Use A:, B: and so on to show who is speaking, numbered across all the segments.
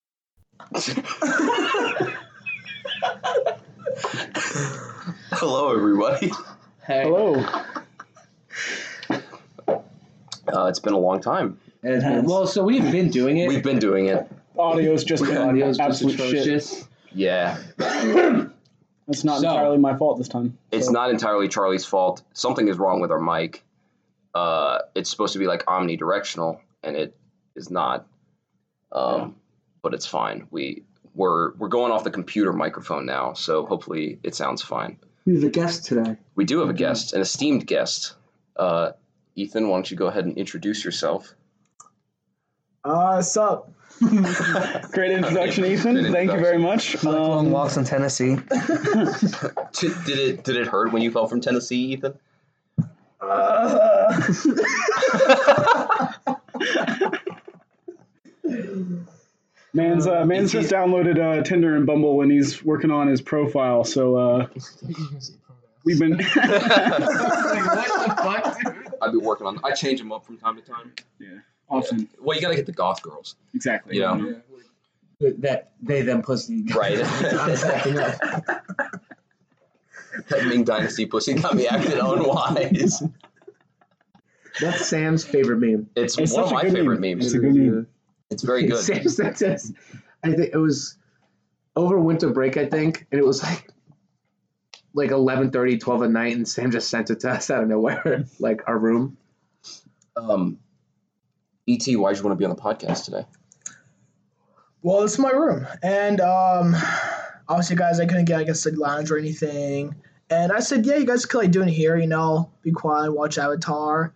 A: Hello, everybody.
B: Hey,
C: Hello.
A: Uh, it's been a long time.
B: It has- well, so we've been doing it.
A: We've been doing it.
C: Audio's just been
B: Audio's just
C: absolute shit.
B: atrocious.
A: Yeah,
C: It's not
B: So-
C: entirely my fault this time.
A: it's
C: So-
A: not entirely Charlie's fault. Something is wrong with our mic. Uh, it's supposed to be like omnidirectional, and it is not. Um, but it's fine. We we're we're going off the computer microphone now, so hopefully it sounds fine.
D: We have a guest today.
A: We do have a guest, an esteemed guest. Uh, Ethan, why don't you go ahead and introduce yourself?
E: Uh, sup?
C: Great introduction, Ethan.
A: Great
C: Thank you very much.
D: Long
C: Um,
D: walks in Tennessee.
A: Did, did it did it hurt when you fell from Tennessee, Ethan?
E: Uh,
C: man's uh, man's just downloaded uh, Tinder and Bumble, and he's working on his profile. So uh, we've been.
A: I've been working on. I change them up from time to time.
C: awesome.
A: Well, you gotta get the goth girls,
C: Exactly.
A: you know,
D: That they them pussy.
A: right?
D: I'm cracking up.
A: that Ming Dynasty pussy got me acting unwise.
D: That's Sam's favorite meme.
A: It's,
C: It's
A: one of
C: such a
A: my
C: good
A: favorite
C: meme.
A: memes.
C: It's a good meme.
A: It's very good.
D: Sam sent us. I think it was over winter break, I think, and it was like like 11.30, 12 at night, and Sam just sent it to us out of nowhere, like our room.
A: Um, Et, why'd you want to be on the podcast today?
E: well, this is my room, and um, obviously, guys, I couldn't get like a sig lounge or anything, and I said, yeah, you guys could like do it here, you know, be quiet, watch Avatar.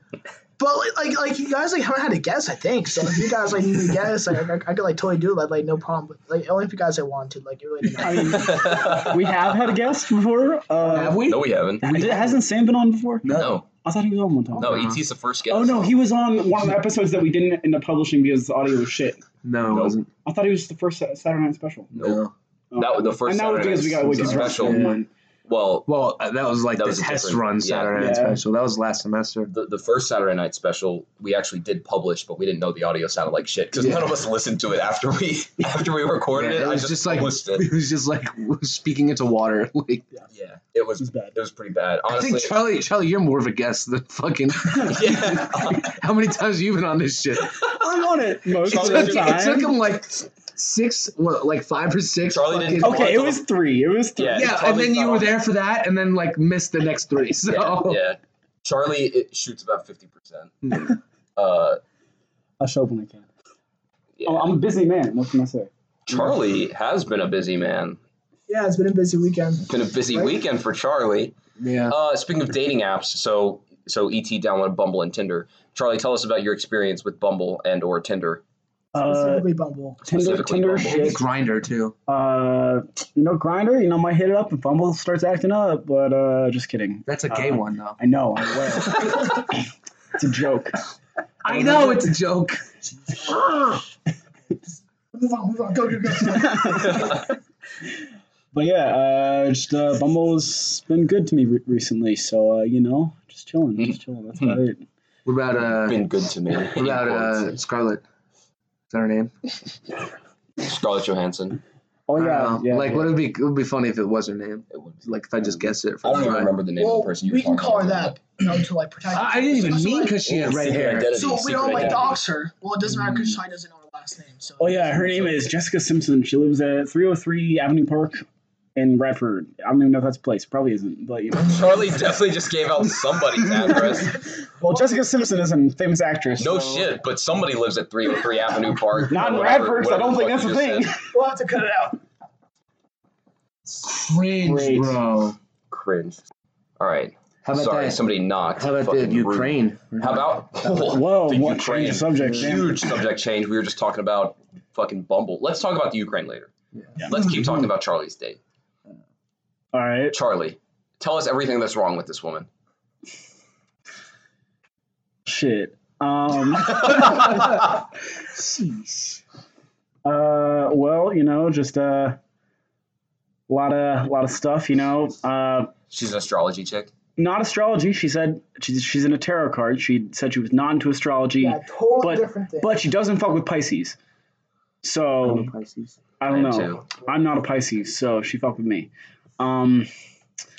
E: But like, like, like you guys like haven't had a guess, I think. So if you guys like need a guess, like, I, I could like totally do it, like, like no problem. But, like only if you guys like wanted, like it really. Didn't matter.
C: I mean, we have had a guest before. Uh,
D: Have we?
A: no, we haven't.
C: we did- hasn't Sam been on before?
A: No,
C: I thought he was on one time.
A: no, Et's the first guest.
C: Oh no, he was on one of the episodes that we didn't end up publishing because the audio was shit.
D: No,
A: Nope.
D: it wasn't.
C: I thought he was the first Sa- Saturday Night Special.
A: Nope.
C: Oh.
A: That was the first
C: and that
A: Saturday
C: was because we got
A: Night
C: wicked
A: Special.
C: drunk. Never mind.
A: Well,
D: Well, uh, that was like
A: That
D: the
A: was a
D: test
A: different-
D: run
A: yeah.
D: Saturday Night
C: Yeah.
D: Special. That was last semester.
A: the, the first Saturday Night Special, we actually did publish, but we didn't know the audio sounded like shit because
D: Yeah.
A: none of us listened to it after we after we recorded it.
D: Yeah, it
A: I
D: was
A: just,
D: just like-
A: published it.
D: It was just like speaking into water. Like
A: Yeah, it
C: It was
A: was
C: bad.
A: it was pretty bad.
D: I think
A: Honestly,
D: Charlie, Charlie, you're more of a guest than fucking.
A: yeah.
D: How many times have you been on this shit?
C: I'm on it most of
A: It's
C: the
A: okay,
D: It took
C: time.
D: him like six, what, like five or six.
A: Charlie didn't
D: fucking-
A: come
C: Okay, it was three. It was three.
A: Yeah.
D: Yeah, and
A: Charlie's
D: then you
A: not
D: were
A: on.
D: there for that, and then like missed the next three. So
A: yeah, yeah. Charlie it shoots about fifty percent.
D: Hmm.
A: Uh,
C: I'll show up when I can.
A: yeah.
C: Oh, I'm a busy man. What can I say?
A: Charlie has been a busy man.
E: yeah, it's been a busy weekend.
A: Been a busy
E: Right.
A: weekend for Charlie.
D: yeah.
A: Uh, speaking of dating apps, so so et downloaded Bumble and Tinder. Charlie, tell us about your experience with Bumble and or Tinder.
C: Uh,
E: Specifically, Bumble.
C: Tinder,
A: specifically
C: Tinder
A: Bumble.
C: shit.
D: grinder too.
C: Uh, you know, grinder. You know, might hit it up if Bumble starts acting up. But uh, just kidding.
D: That's a gay
C: Uh,
D: one though.
C: I know. I'm aware. it's a joke.
D: I know it's a joke.
E: Move on, move on, go, go, go.
D: Uh,
C: But yeah, uh, just uh, Bumble's been good to me re- recently, so uh, you know, just chilling, just
A: Mm-hmm.
C: chilling. That's about it.
D: What about uh?
A: Been good to me.
D: What about uh? Scarlett? Is that her name?
A: Scarlett Johansson.
C: Oh
D: I
C: yeah,
D: don't know.
C: yeah.
D: Um, like
C: yeah.
D: what would be it would be funny if it was her name.
A: It would be-
D: Like if I just guessed it.
A: I don't
D: the
A: even
D: try.
A: remember the name
E: well,
A: of the person you were
E: we can
A: talking
E: call her
A: about.
E: that, you know, to like protect.
D: I, I didn't even
E: So,
D: mean
E: like,
D: because she had red
A: Secret
D: hair.
A: identity,
E: So we
A: secret
E: don't like
A: identity.
E: dox her. Well, it doesn't matter because Shine doesn't know her last name. So
C: Oh yeah, her name is Jessica Simpson. She lives at 303 Avenue Park in Radford. I don't even know if that's a place. Probably isn't, but you know.
A: Charlie definitely just gave out somebody's address.
C: Well, Jessica Simpson is a famous actress.
A: No
C: so-
A: shit, but somebody lives at 303 Avenue Park.
C: Not in
A: Whatever-
C: Radford. so I
A: whatever the
C: don't
A: fuck
C: think that's a
A: you just
C: thing.
A: said.
E: We'll have to cut it out.
D: Cringe,
C: Great.
D: bro.
A: Cringe. All right.
D: How about
A: Sorry,
D: that?
A: somebody knocked.
D: How about
A: Fucking
D: the
A: rude.
D: Ukraine?
A: How about
C: Whoa,
A: the Ukraine?
C: what change of subject? Damn.
A: Huge subject change. We were just talking about fucking Bumble. Let's talk about the Ukraine later.
C: Yeah.
A: Let's keep talking about Charlie's date.
C: All right.
A: Charlie, tell us everything that's wrong with this woman.
C: Shit. Um.
A: That's
C: Uh, well, you know, just uh, a lot of lot of stuff. You know, uh,
A: She's an astrology chick.
C: not astrology. She said she's she's in a tarot card. She said she was not into astrology,
E: Yeah, totally
C: But-
E: different thing.
C: but she doesn't fuck with Pisces.
D: I'm
C: So
D: a Pisces.
C: I don't
A: am
C: know.
A: too.
C: I'm not a Pisces, so she fucked with me. Um,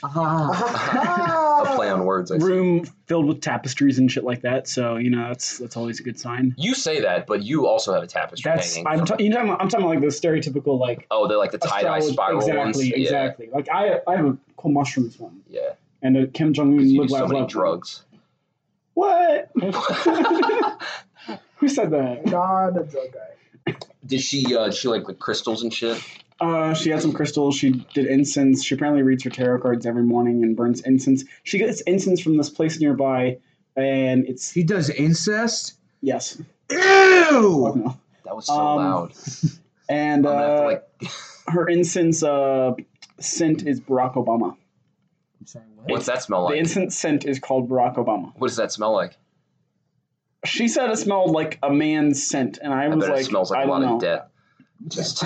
D: Ah,
A: A play on words. I see.
C: room filled with tapestries and shit like that. So you know that's that's always a good sign.
A: You say that, but you also have a tapestry
C: That's
A: hanging.
C: I'm
A: from-
C: ta- you know I'm, I'm talking like the stereotypical like
A: oh, they're like the tie dye
C: astrology-
A: spiral
C: exactly
A: ones.
C: exactly like I I have a cool mushrooms one
A: Yeah, yeah.
C: and a Kim Jong
A: 'Cause
C: Un
A: you do
C: live
A: so
C: laugh
A: many
C: love one.
A: drugs.
C: What? Who said that?
E: God, a drug guy.
A: Did she? Uh, did she like the crystals and shit?
C: Uh, she had some crystals. She did incense. She apparently reads her tarot cards every morning and burns incense. She gets incense from this place nearby, and it's
D: he does incest.
C: yes, fuck
D: Ew.
C: no.
A: That was so
C: Um,
A: loud.
C: And
A: I'm gonna have
C: uh,
A: to like.
C: her incense uh, scent is Barack Obama.
D: I'm sorry, what?
A: What's that smell
C: The
A: like?
C: incense scent is called Barack Obama.
A: What does that smell like?
C: She said it smelled like a man's scent, and I
A: I
C: was
A: bet
C: like,
A: it smells like
C: I
A: a lot
C: don't know.
A: of debt. Just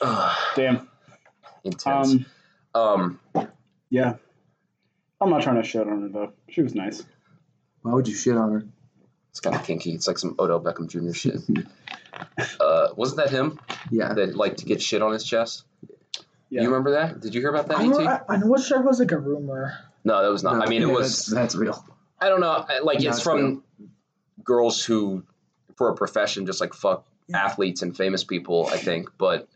A: Ugh,
C: Damn.
A: intense.
C: Um,
A: Um,
C: yeah. I'm not trying to shit on her though. She was nice.
D: Why would you shit on her?
A: it's kind of kinky. It's like some Odell Beckham Jr. shit. uh, wasn't that him
D: Yeah.
A: that liked to get shit on his chest?
C: Yeah.
A: You remember that? Did you hear about that?
E: I know,
A: ET?
E: I, I'm not sure if it was like a rumor.
A: No, that was not.
D: No,
A: I mean, it
D: yeah,
A: was.
D: that's, that's real.
A: I don't know. I- Like
D: No,
A: it's
D: it's
A: from girls who, for a profession, just like fuck
E: Yeah.
A: athletes and famous people. I think, but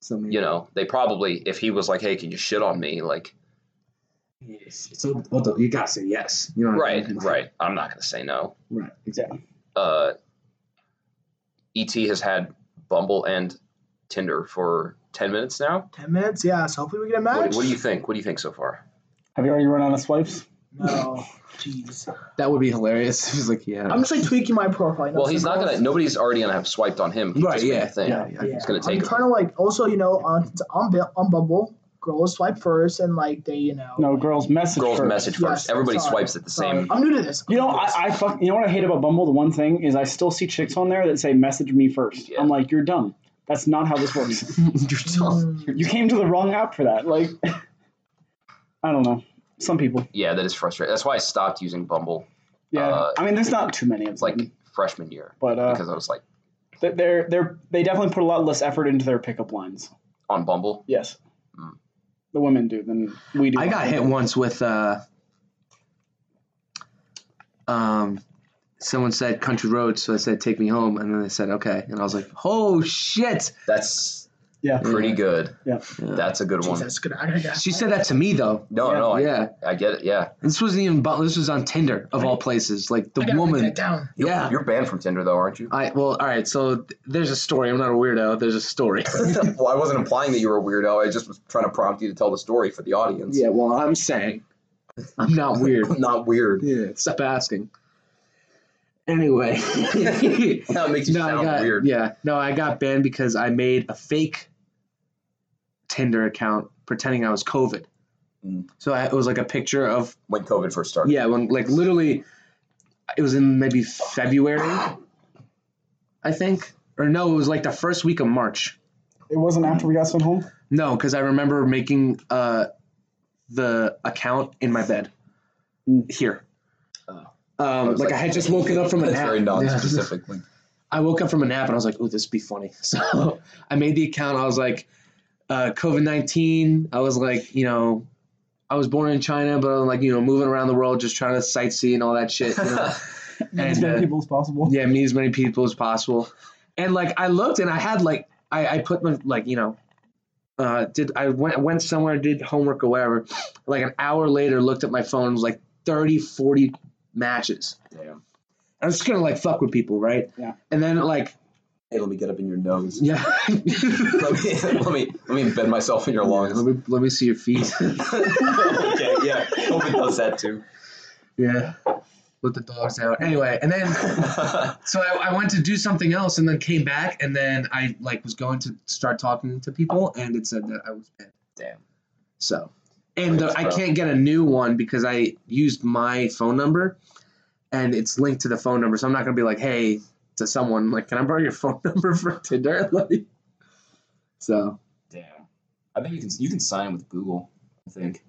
D: So
A: you know, they probably if he was like, "Hey, can you shit on me?" Like,
D: So although you gotta say yes. You know what I
A: right,
D: mean?
A: right. I'm not gonna say no.
D: Right. Exactly.
A: Uh, Et has had Bumble and Tinder for ten minutes now.
E: Ten minutes, yeah. So hopefully we get a match.
A: What, what do you think? What do you think so far?
C: Have you already run out of swipes?
E: No, jeez.
D: That would be hilarious. He's like, yeah.
E: I'm just like tweaking my profile. you know,
A: Well, he's
E: so
A: not gonna. Nobody's already gonna have swiped on him. He
D: right.
A: just made a
D: Yeah.
A: thing.
D: yeah. Yeah.
E: Yeah.
A: It's gonna
E: I'm
A: take.
E: trying to like also you know on on, Bu- on Bumble, girls swipe first and like they you know.
C: No, girls message.
A: Girls
C: first.
A: message
E: Yes,
A: first.
E: I'm
A: Everybody
E: sorry.
A: swipes at the
E: Sorry.
A: same.
E: I'm new to this.
C: You know, I, I fuck. You know what I hate about Bumble? The one thing is, I still see chicks on there that say "message me first.
A: Yeah.
C: I'm like, you're dumb. That's not how this works.
D: You're tough.
E: Mm,
C: you came to the wrong app for that. Like, I don't know. Some people.
A: Yeah, that is frustrating. That's why I stopped using Bumble.
C: Yeah.
A: Uh,
C: I mean, there's not too many. It's
A: It's
D: Mm-hmm.
A: like freshman year
C: but uh,
A: because I was like
C: they- they're they're they definitely put a lot less effort into their pickup lines.
A: on Bumble.
C: Yes.
A: Mm.
C: The women do than we do.
D: I got hit once with uh, um, someone said country road, so I said take me home, and then they said okay, and I was like, oh shit.
A: That's
C: Yeah.
A: pretty good.
C: Yeah.
D: Yeah. Oh,
A: That's a good
E: Jeez,
A: one.
E: that's good. I gotta,
D: She said that to me though.
A: No,
C: Yeah.
A: no, I,
D: yeah,
A: I get it. Yeah.
D: this wasn't even. bu- This was on Tinder of all places. Like
E: I
D: the
E: gotta write
D: woman.
E: that down.
D: Yeah.
A: You're banned from Tinder though, aren't you?
D: I well, all right. So th- there's a story. I'm not a weirdo. There's a story.
A: well, I wasn't implying that you were a weirdo. I just was trying to prompt you to tell the story for the audience.
D: yeah. Well, I'm saying I'm not weird.
A: Not weird.
D: yeah. Stop asking. Anyway.
A: That makes you
D: no, I
A: sound
D: got
A: weird.
D: yeah. No, I got banned because I made a fake Tinder account pretending I was COVID.
A: Mm.
D: So I, it was like a picture of
A: When COVID first started.
D: yeah, when like literally, it was in maybe February, I think, or no, it was like the first week of March.
C: It wasn't after we got sent home.
D: No, because I remember making uh, the account in my bed
A: Mm.
D: here.
A: Oh.
D: Um,
A: was
D: like,
A: like-
D: I had just woken up from a
A: That's
D: nap.
A: very
D: Yeah.
A: non-specific. Like,
D: I woke up from a nap and I was like, "Ooh, this would be funny." So I made the account. I was like, uh, "COVID nineteen." I was like, you know, I was born in China, but I'm like, you know, moving around the world, just trying to sightsee and all that shit. You know?
C: as
D: and
C: many
D: uh,
C: people as possible.
D: yeah, meet as many people as possible. And like, I looked and I had like, I, I put my like, you know, uh, did I went went somewhere, did homework or whatever. Like an hour later, looked at my phone, it was like 30, 40 matches.
A: Damn.
D: I was just gonna like fuck with people, right?
C: Yeah.
D: And then like,
A: hey, let me get up in your nose.
D: yeah.
A: let me let me let me bend myself in your
D: Let
A: lungs.
D: me let me see your feet.
A: okay, yeah. Hope it does that too.
D: yeah. Let the dogs out. Anyway, and then so I, I went to do something else and then came back and then I like was going to start talking to people and it said that I was banned.
A: Damn.
D: So and the,
A: That's
D: I
A: rough.
D: can't get a new one because I used my phone number and it's linked to the phone number. So I'm not gonna be like, hey to someone like, can I borrow your phone number for Tinder? Like So
A: Damn. I think you can you can sign with Google. I think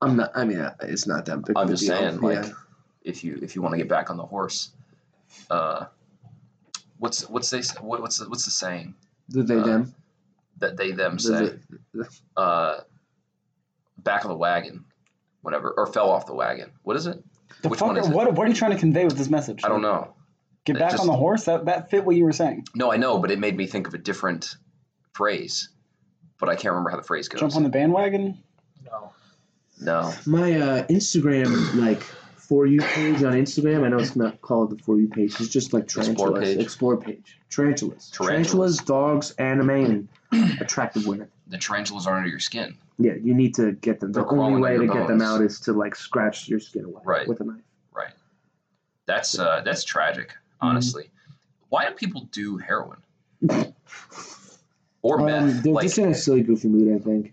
D: I'm not I mean it's not that big
A: I'm
D: of a
A: just
D: deal.
A: saying, like,
D: Yeah.
A: if you if you want to get back on the horse, uh, what's what's they s- what, what's the, what's the saying
D: The they
A: Uh,
D: them.
A: that they them
D: The-
A: say?
D: the-
A: uh, back of the wagon, whatever, or fell off the wagon. What is it?
C: The
A: Which
C: fuck
A: one
C: are-
A: is it?
C: what, what are you trying to convey with this message?
A: I don't know.
C: Get
A: It
C: back
A: just-
C: on the horse? That, that fit what you were saying.
A: No, I know, but it made me think of a different phrase, but I can't remember how the phrase goes.
C: Jump on the bandwagon?
E: No.
A: no,
D: my uh, Instagram like for you page on Instagram. I know it's not called the for you page. It's just like
A: Explore
D: tarantulas.
A: page.
D: Explore page. Tarantulas.
A: Tarantulas.
D: Tarantulas, dogs, anime, and attractive women.
A: the tarantulas are under your skin.
D: Yeah, you need to get them.
A: They're
D: the
A: crawling
D: only way
A: on
D: to
A: your
D: get them
A: bones.
D: out is to like scratch your skin away
A: Right.
D: with a knife.
A: That's uh, that's tragic,
C: Mm-hmm.
A: honestly. Why do people do heroin or
D: Um,
A: meth?
D: they're
A: Like
D: just in a silly, goofy mood. I think.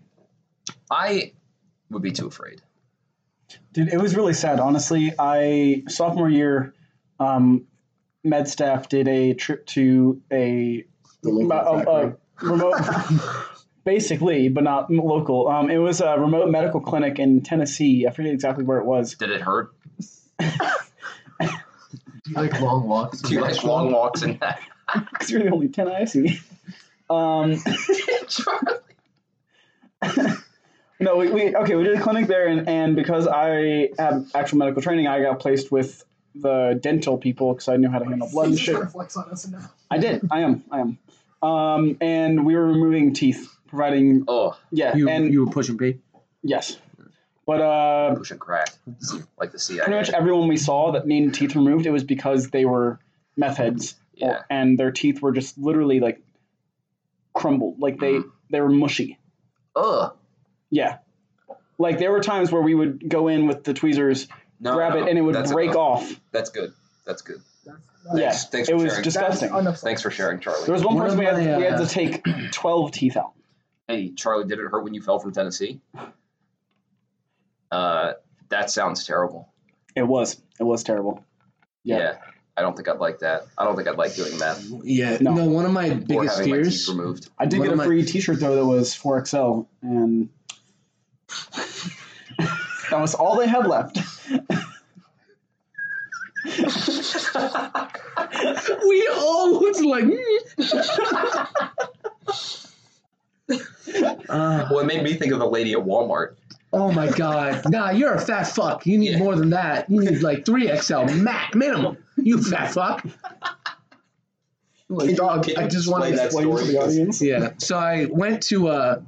A: I would be too afraid.
C: Dude, it was really sad. Honestly, I sophomore year, um, med staff did a trip to a,
D: The local
C: a- a-
D: factory.
C: a remote, basically, but not m- local. Um, it was a remote medical clinic in Tennessee. I forget exactly where it was.
A: Did it hurt?
F: Do you like long walks?
A: Do you like long walks in that?
C: Because you're the only ten I see. Um, No, we, we okay. We did a clinic there, and, and because I have actual medical training, I got placed with the dental people because I knew how to handle blood and
E: He's just
C: shit.
E: trying to flex on us now.
C: I did. I am. I am. Um, and we were removing teeth, providing
A: oh,
C: yeah,
D: You
C: and
D: you were pushing P.
C: yes, but uh,
A: push and crack, like the CIA.
C: pretty much everyone we saw that needed teeth removed, it was because they were meth heads, or-
A: Yeah.
C: and their teeth were just literally like crumbled, like they
A: Mhm.
C: they were mushy.
A: Ugh.
C: Yeah, like there were times where we would go in with the tweezers,
A: No,
C: grab
A: no,
C: it, and it would
A: that's
C: break
A: enough.
C: off.
A: That's good. That's good.
E: That's,
C: Yeah,
A: Thanks, thanks
C: it
A: for
C: was
A: sharing.
C: disgusting.
E: That's unacceptable.
A: Thanks for sharing, Charlie.
C: There was one
D: One of
C: person we had,
D: my,
C: we had
D: uh,
C: to take 12 teeth out.
A: Hey, Charlie, did it hurt when you fell from Tennessee? Uh, that sounds terrible.
C: It was. It was terrible.
A: Yeah.
C: Yeah.
A: I don't think I'd like that. I don't think I'd like doing that.
D: Yeah.
C: No.
D: No. one of my
A: or
D: biggest
A: having my teeth
D: fears.
A: removed.
C: I did
D: One
C: get
D: of
C: a
D: my-
C: free t-shirt though that was 4XL and that was all they had left.
D: we all looked like. "Hmm." uh,
A: Well, it made me think of the lady at Walmart.
D: oh my god! Nah, you're a fat fuck. You need
A: Yeah.
D: more than that. You need like three XL max minimum. You fat fuck. Like, dog,
A: can you
D: I just want
A: explain
D: to
A: that
C: Explain to the audience.
D: Yeah. So I went to uh,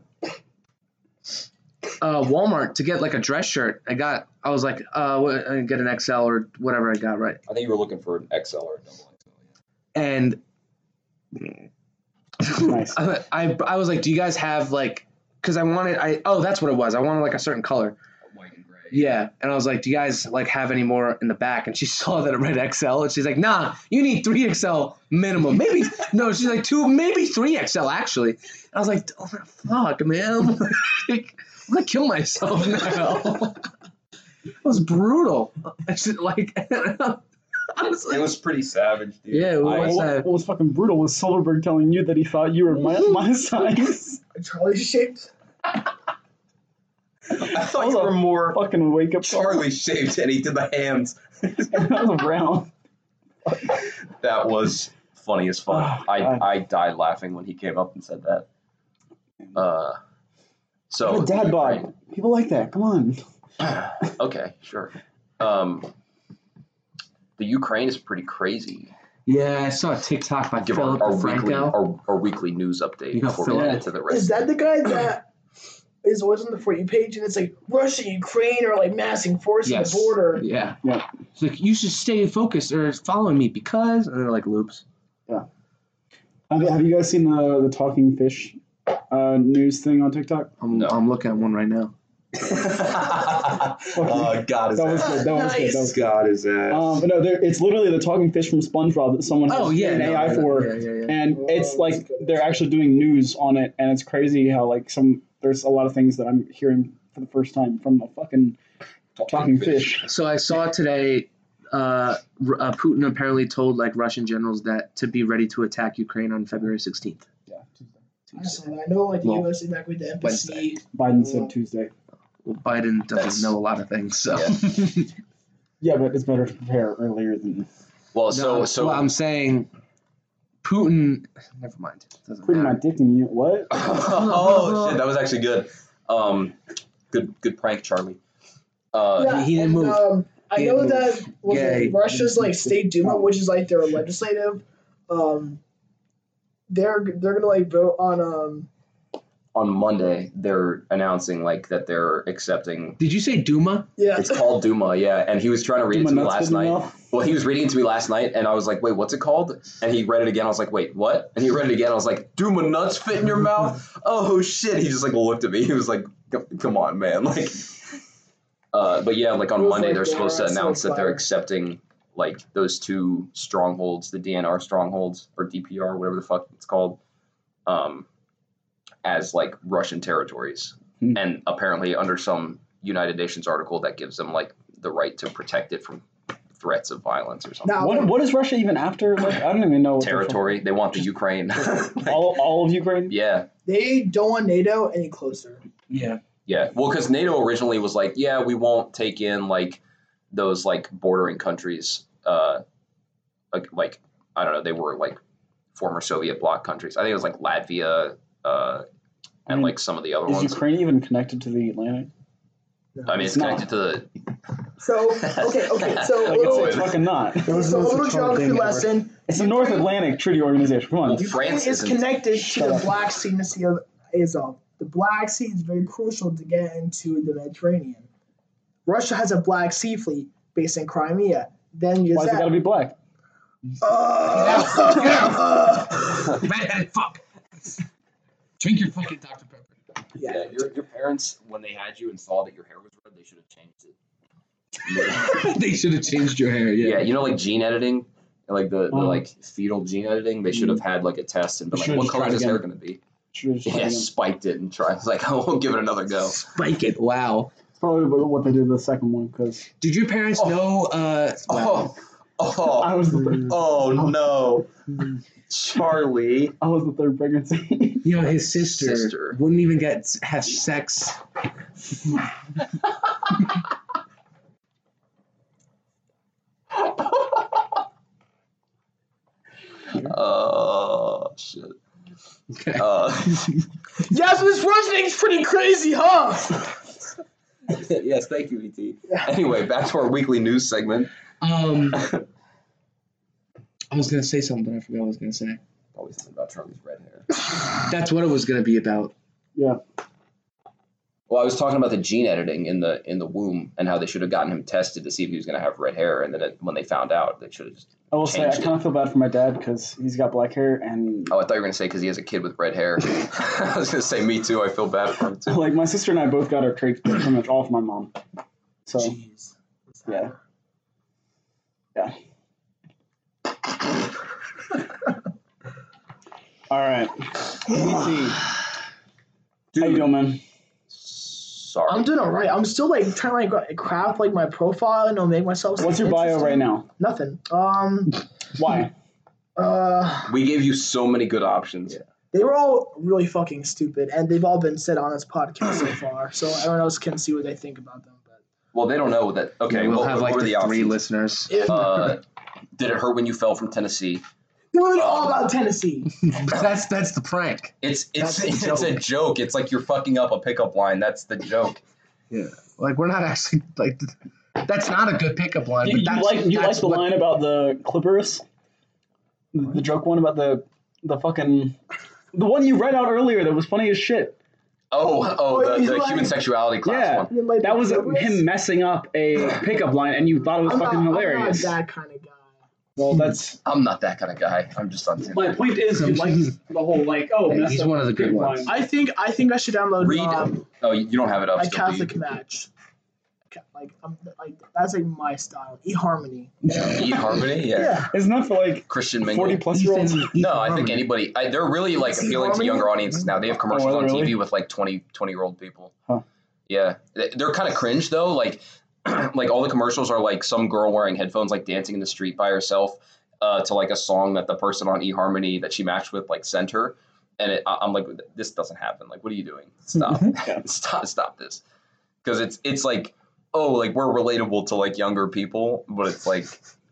D: uh, Walmart to get like a dress shirt. I got. I was like, uh, wh- I get an XL or whatever I got. Right.
A: I think you were looking for an XL or a double XL.
D: And
C: Nice.
D: I, I, I was like, do you guys have like? Because I wanted. I oh, that's what it was. I wanted like a certain color.
A: White and gray.
D: Yeah. And I was like, do you guys like have any more in the back? And she saw that it read XL, and she's like, nah, you need three XL minimum. Maybe no. She's like two, maybe three XL actually. And I was like, oh, fuck, man. Like, I'm gonna kill myself now. it was brutal. I should like. I was
A: It
D: like,
A: was pretty savage, dude.
D: Yeah, it
A: I-
D: was.
C: What, what was fucking brutal was Silverberg telling you that he thought you were my, my size.
E: Charlie shaped.
A: I thought
C: Hold
A: you were
C: on.
A: more
C: fucking wake up call.
A: Charlie shaped, and he did the hands.
C: that was round.
A: That was funny as fuck.
C: Oh,
A: I,
C: God.
A: I died laughing when he came up and said that. Uh, so
C: What a dad bod. People like that. Come on.
A: okay, sure. Um, the Ukraine is pretty crazy.
D: yeah, I saw a TikTok by
A: Give our,
D: Philip
A: our
D: DeFranco.
A: weekly our, our weekly news update
D: You know,
A: before we
D: Philip-
A: get into the
E: Is
A: rest.
E: that the guy that is always on the For You page and it's like Russia, Ukraine are like massing force
D: Yes.
E: the border?
D: Yeah.
C: Yeah.
D: It's like you should stay focused or it's following me because and they're like loops.
C: Have, have you guys seen the, the talking fish uh, news thing on TikTok?
D: I'm
A: No.
D: I'm looking at one right now.
A: oh God, is
C: That was
A: that-
C: good. That was good. That was
E: Nice.
A: God is that?
C: Um, but no, there- it's literally the talking fish from SpongeBob that someone has
D: Oh yeah.
C: an
D: no,
C: AI
D: no,
C: for,
D: yeah, yeah, yeah.
C: and it's like they're actually doing news on it, and it's crazy how like some there's a lot of things that I'm hearing for the first time from the fucking talking fish.
D: So I saw today uh, R- uh, Putin apparently told like Russian generals that to be ready to attack Ukraine on February 16th.
E: I saw that. I know like the
D: Well,
E: U.S. evacuated the embassy.
C: Biden said Tuesday.
D: Well, Biden doesn't
A: That's-
D: know a lot of things, so.
C: Yeah, but it's better to prepare earlier than
A: Well, so
D: No,
A: so
D: well, I'm saying Putin. Never mind. Doesn't
C: Putting my
D: matter.
C: dick in you. What?
G: oh shit, that was actually good. Um, good good prank, Charlie. Uh,
E: Yeah,
D: he- he didn't
E: and,
D: move.
E: Um, I
D: He
E: know
D: didn't
E: that was
D: Yeah, he-
E: it Russia's like state Duma, which is like their legislative. Um, they're they're gonna like vote on um.
G: On Monday, they're announcing like that they're accepting.
D: Did you say Duma?
E: Yeah,
G: It's called Duma, yeah. And he was trying to read it
C: My
G: to me
C: nuts
G: last
C: didn't
G: night.
C: know.
G: Well, he was reading it to me last night, and I was like, "Wait, what's it called?" And he read it again. I was like, "Wait, what?" And he read it again. I was like, "Do my nuts fit in your mouth?" Oh shit! He just like looked at me. He was like, "Come- "Come on, man!" Like, uh, but yeah, like on
E: Rules
G: Monday
E: like
G: they're
E: that
G: supposed
E: are
G: to
E: so
G: announce that they're
E: clever.
G: accepting like those two strongholds, the DNR strongholds or DPR, whatever the fuck it's called, um, as like Russian territories,
C: Hmm.
G: and apparently under some United Nations article that gives them like the right to protect it from threats of violence or something
E: now
C: What, what is Russia even after? Like, I don't even know. what they're
G: territory. They want the Ukraine.
C: from.
G: Like,
C: All, all of Ukraine?
G: yeah,
E: they don't want NATO any closer.
D: Yeah.
G: yeah. Well, because NATO originally was like, yeah, we won't take in like those like bordering countries. Uh, like like I don't know, they were like former Soviet bloc countries. I think it was like Latvia uh, and
C: mean,
G: like some of the other
C: Is
G: ones.
C: Ukraine even connected to the Atlantic?
G: I mean,
C: It's
G: it's
C: not.
G: connected to the.
E: So okay, okay, so
G: Like,
E: let's-
G: Oh,
C: it's
G: it-
C: fucking not.
E: so a little geography lesson.
C: It's the North Atlantic Treaty Organization. Come on.
G: Well, France
E: Ukraine is
G: isn't-
E: connected
C: Shut
E: to the
C: up.
E: Black Sea and the Sea of Azov. The Black Sea is very crucial to get into the Mediterranean. Russia has a Black Sea fleet based in Crimea. Then you
C: Why's it gotta be black?
E: Oh!
D: fuck. Drink your fucking Dr. Pepper.
E: yeah.
G: your, your parents when they had you and saw that your hair was red, they should have changed it.
D: they should have changed your hair.
G: Yeah, you know, like gene editing, like the, the
C: Oh.
G: like fetal gene editing. They should have had like a test and been
C: They
G: like,
C: should've
G: "What
C: just
G: color
C: tried
G: is his
C: again.
G: hair going to be?"
C: Should've just-
G: Yeah, spiked it and tried. Like, oh, I won't give it another go.
D: Spike it. Wow.
C: It's probably what they did to the second one because
D: Did your parents
G: Oh.
D: know? Uh, wow.
G: Oh, oh,
C: I was the
A: Mm.
C: third.
G: oh no, Charlie.
C: I was the third pregnancy.
D: You know, his sister,
G: Sister.
D: wouldn't even get have sex.
G: Oh shit. Uh,
E: yeah, so this Russia thing's pretty crazy, huh?
G: yes, thank you, VT. Anyway, back to our weekly news segment.
D: Um, I was gonna say something, but I forgot what I was gonna say.
G: Always something about Charlie's red hair.
D: That's what it was gonna be about.
C: yeah.
G: Well, I was talking about the gene editing in the in the womb and how they should have gotten him tested to see if he was going to have red hair, and then it, when they found out, they should have just.
C: I will say I
G: Changed it.
C: kind of feel bad for my dad because he's got black hair and
G: Oh, I thought you were going to say because he has a kid with red hair. I was going to say me too. I feel bad for him too.
C: like my sister and I both got our traits pretty much all from my mom. So
E: Jeez.
C: yeah, yeah. all right. VT, how you doing, man?
G: Sorry.
E: I'm doing all right. I'm still like trying to like craft like my profile and I'll make myself.
C: What's your bio right now?
E: Nothing. Um.
C: Why?
E: Uh.
G: We gave you so many good options.
E: they were all really fucking stupid, and they've all been said on this podcast so far. So everyone else can see what they think about them. But
G: Well, they don't know that. Okay,
D: we'll
G: what-
D: have
G: what
D: like
G: were
D: the,
G: the,
D: three listeners.
G: options? Uh, did it hurt when you fell from Tennessee?
E: they're really all about Tennessee.
D: that's that's the prank.
G: It's
E: That's
G: it's
E: a
G: it's a joke. It's like you're fucking up a pickup line. That's the joke.
D: Like we're not actually like. That's not a good pickup line.
C: You,
D: but
C: you
D: that's,
C: like you like
D: that's
C: the
D: what-
C: line about the Clippers, the, the joke one about the the fucking the one you read out earlier that was funny as shit.
G: Oh oh,
E: Oh,
G: the,
E: he's
G: the
E: like-
G: human sexuality class
C: Yeah.
G: one.
E: You like
C: That was
E: the Clippers?
C: him messing up a pickup line, and you thought it was
E: I'm not,
C: fucking
E: I'm not
C: hilarious.
E: that kind of guy.
C: Well, that's
G: I'm not that kind of guy. I'm just on Tinder.
C: my point. Is you like the whole like oh
D: Hey,
C: mess
D: he's
C: up
D: one of the good
C: pickup
D: ones.
C: line.
E: I think I think I should download
G: Read.
E: um,
G: oh, you you don't have it up.
E: my
G: still, do you?
E: Catholic match. Ca- Like I'm like that's like my style. eHarmony.
G: Eat harmony. Yeah.
C: Isn't that for like
G: Christian mingle.
C: forty plus year
D: Ethan,
C: olds?
D: Ethan
G: No, I think
D: Harmon.
G: anybody. I, they're really like
E: Eat
G: appealing to
E: harmony?
G: younger audiences now. They have commercials
C: Oh,
G: on
C: really?
G: TV with like 20, 20 year old people.
C: Huh.
G: Yeah, They- they're kind of cringe though. Like, like all the commercials are like some girl wearing headphones, like dancing in the street by herself uh, to like a song that the person on eHarmony that she matched with like sent her. And it, I- I'm like, this doesn't happen. Like, what are you doing? Stop,
C: Mm-hmm. Yeah.
G: stop, stop this. Because it's it's like, oh, like we're relatable to like younger people, but it's like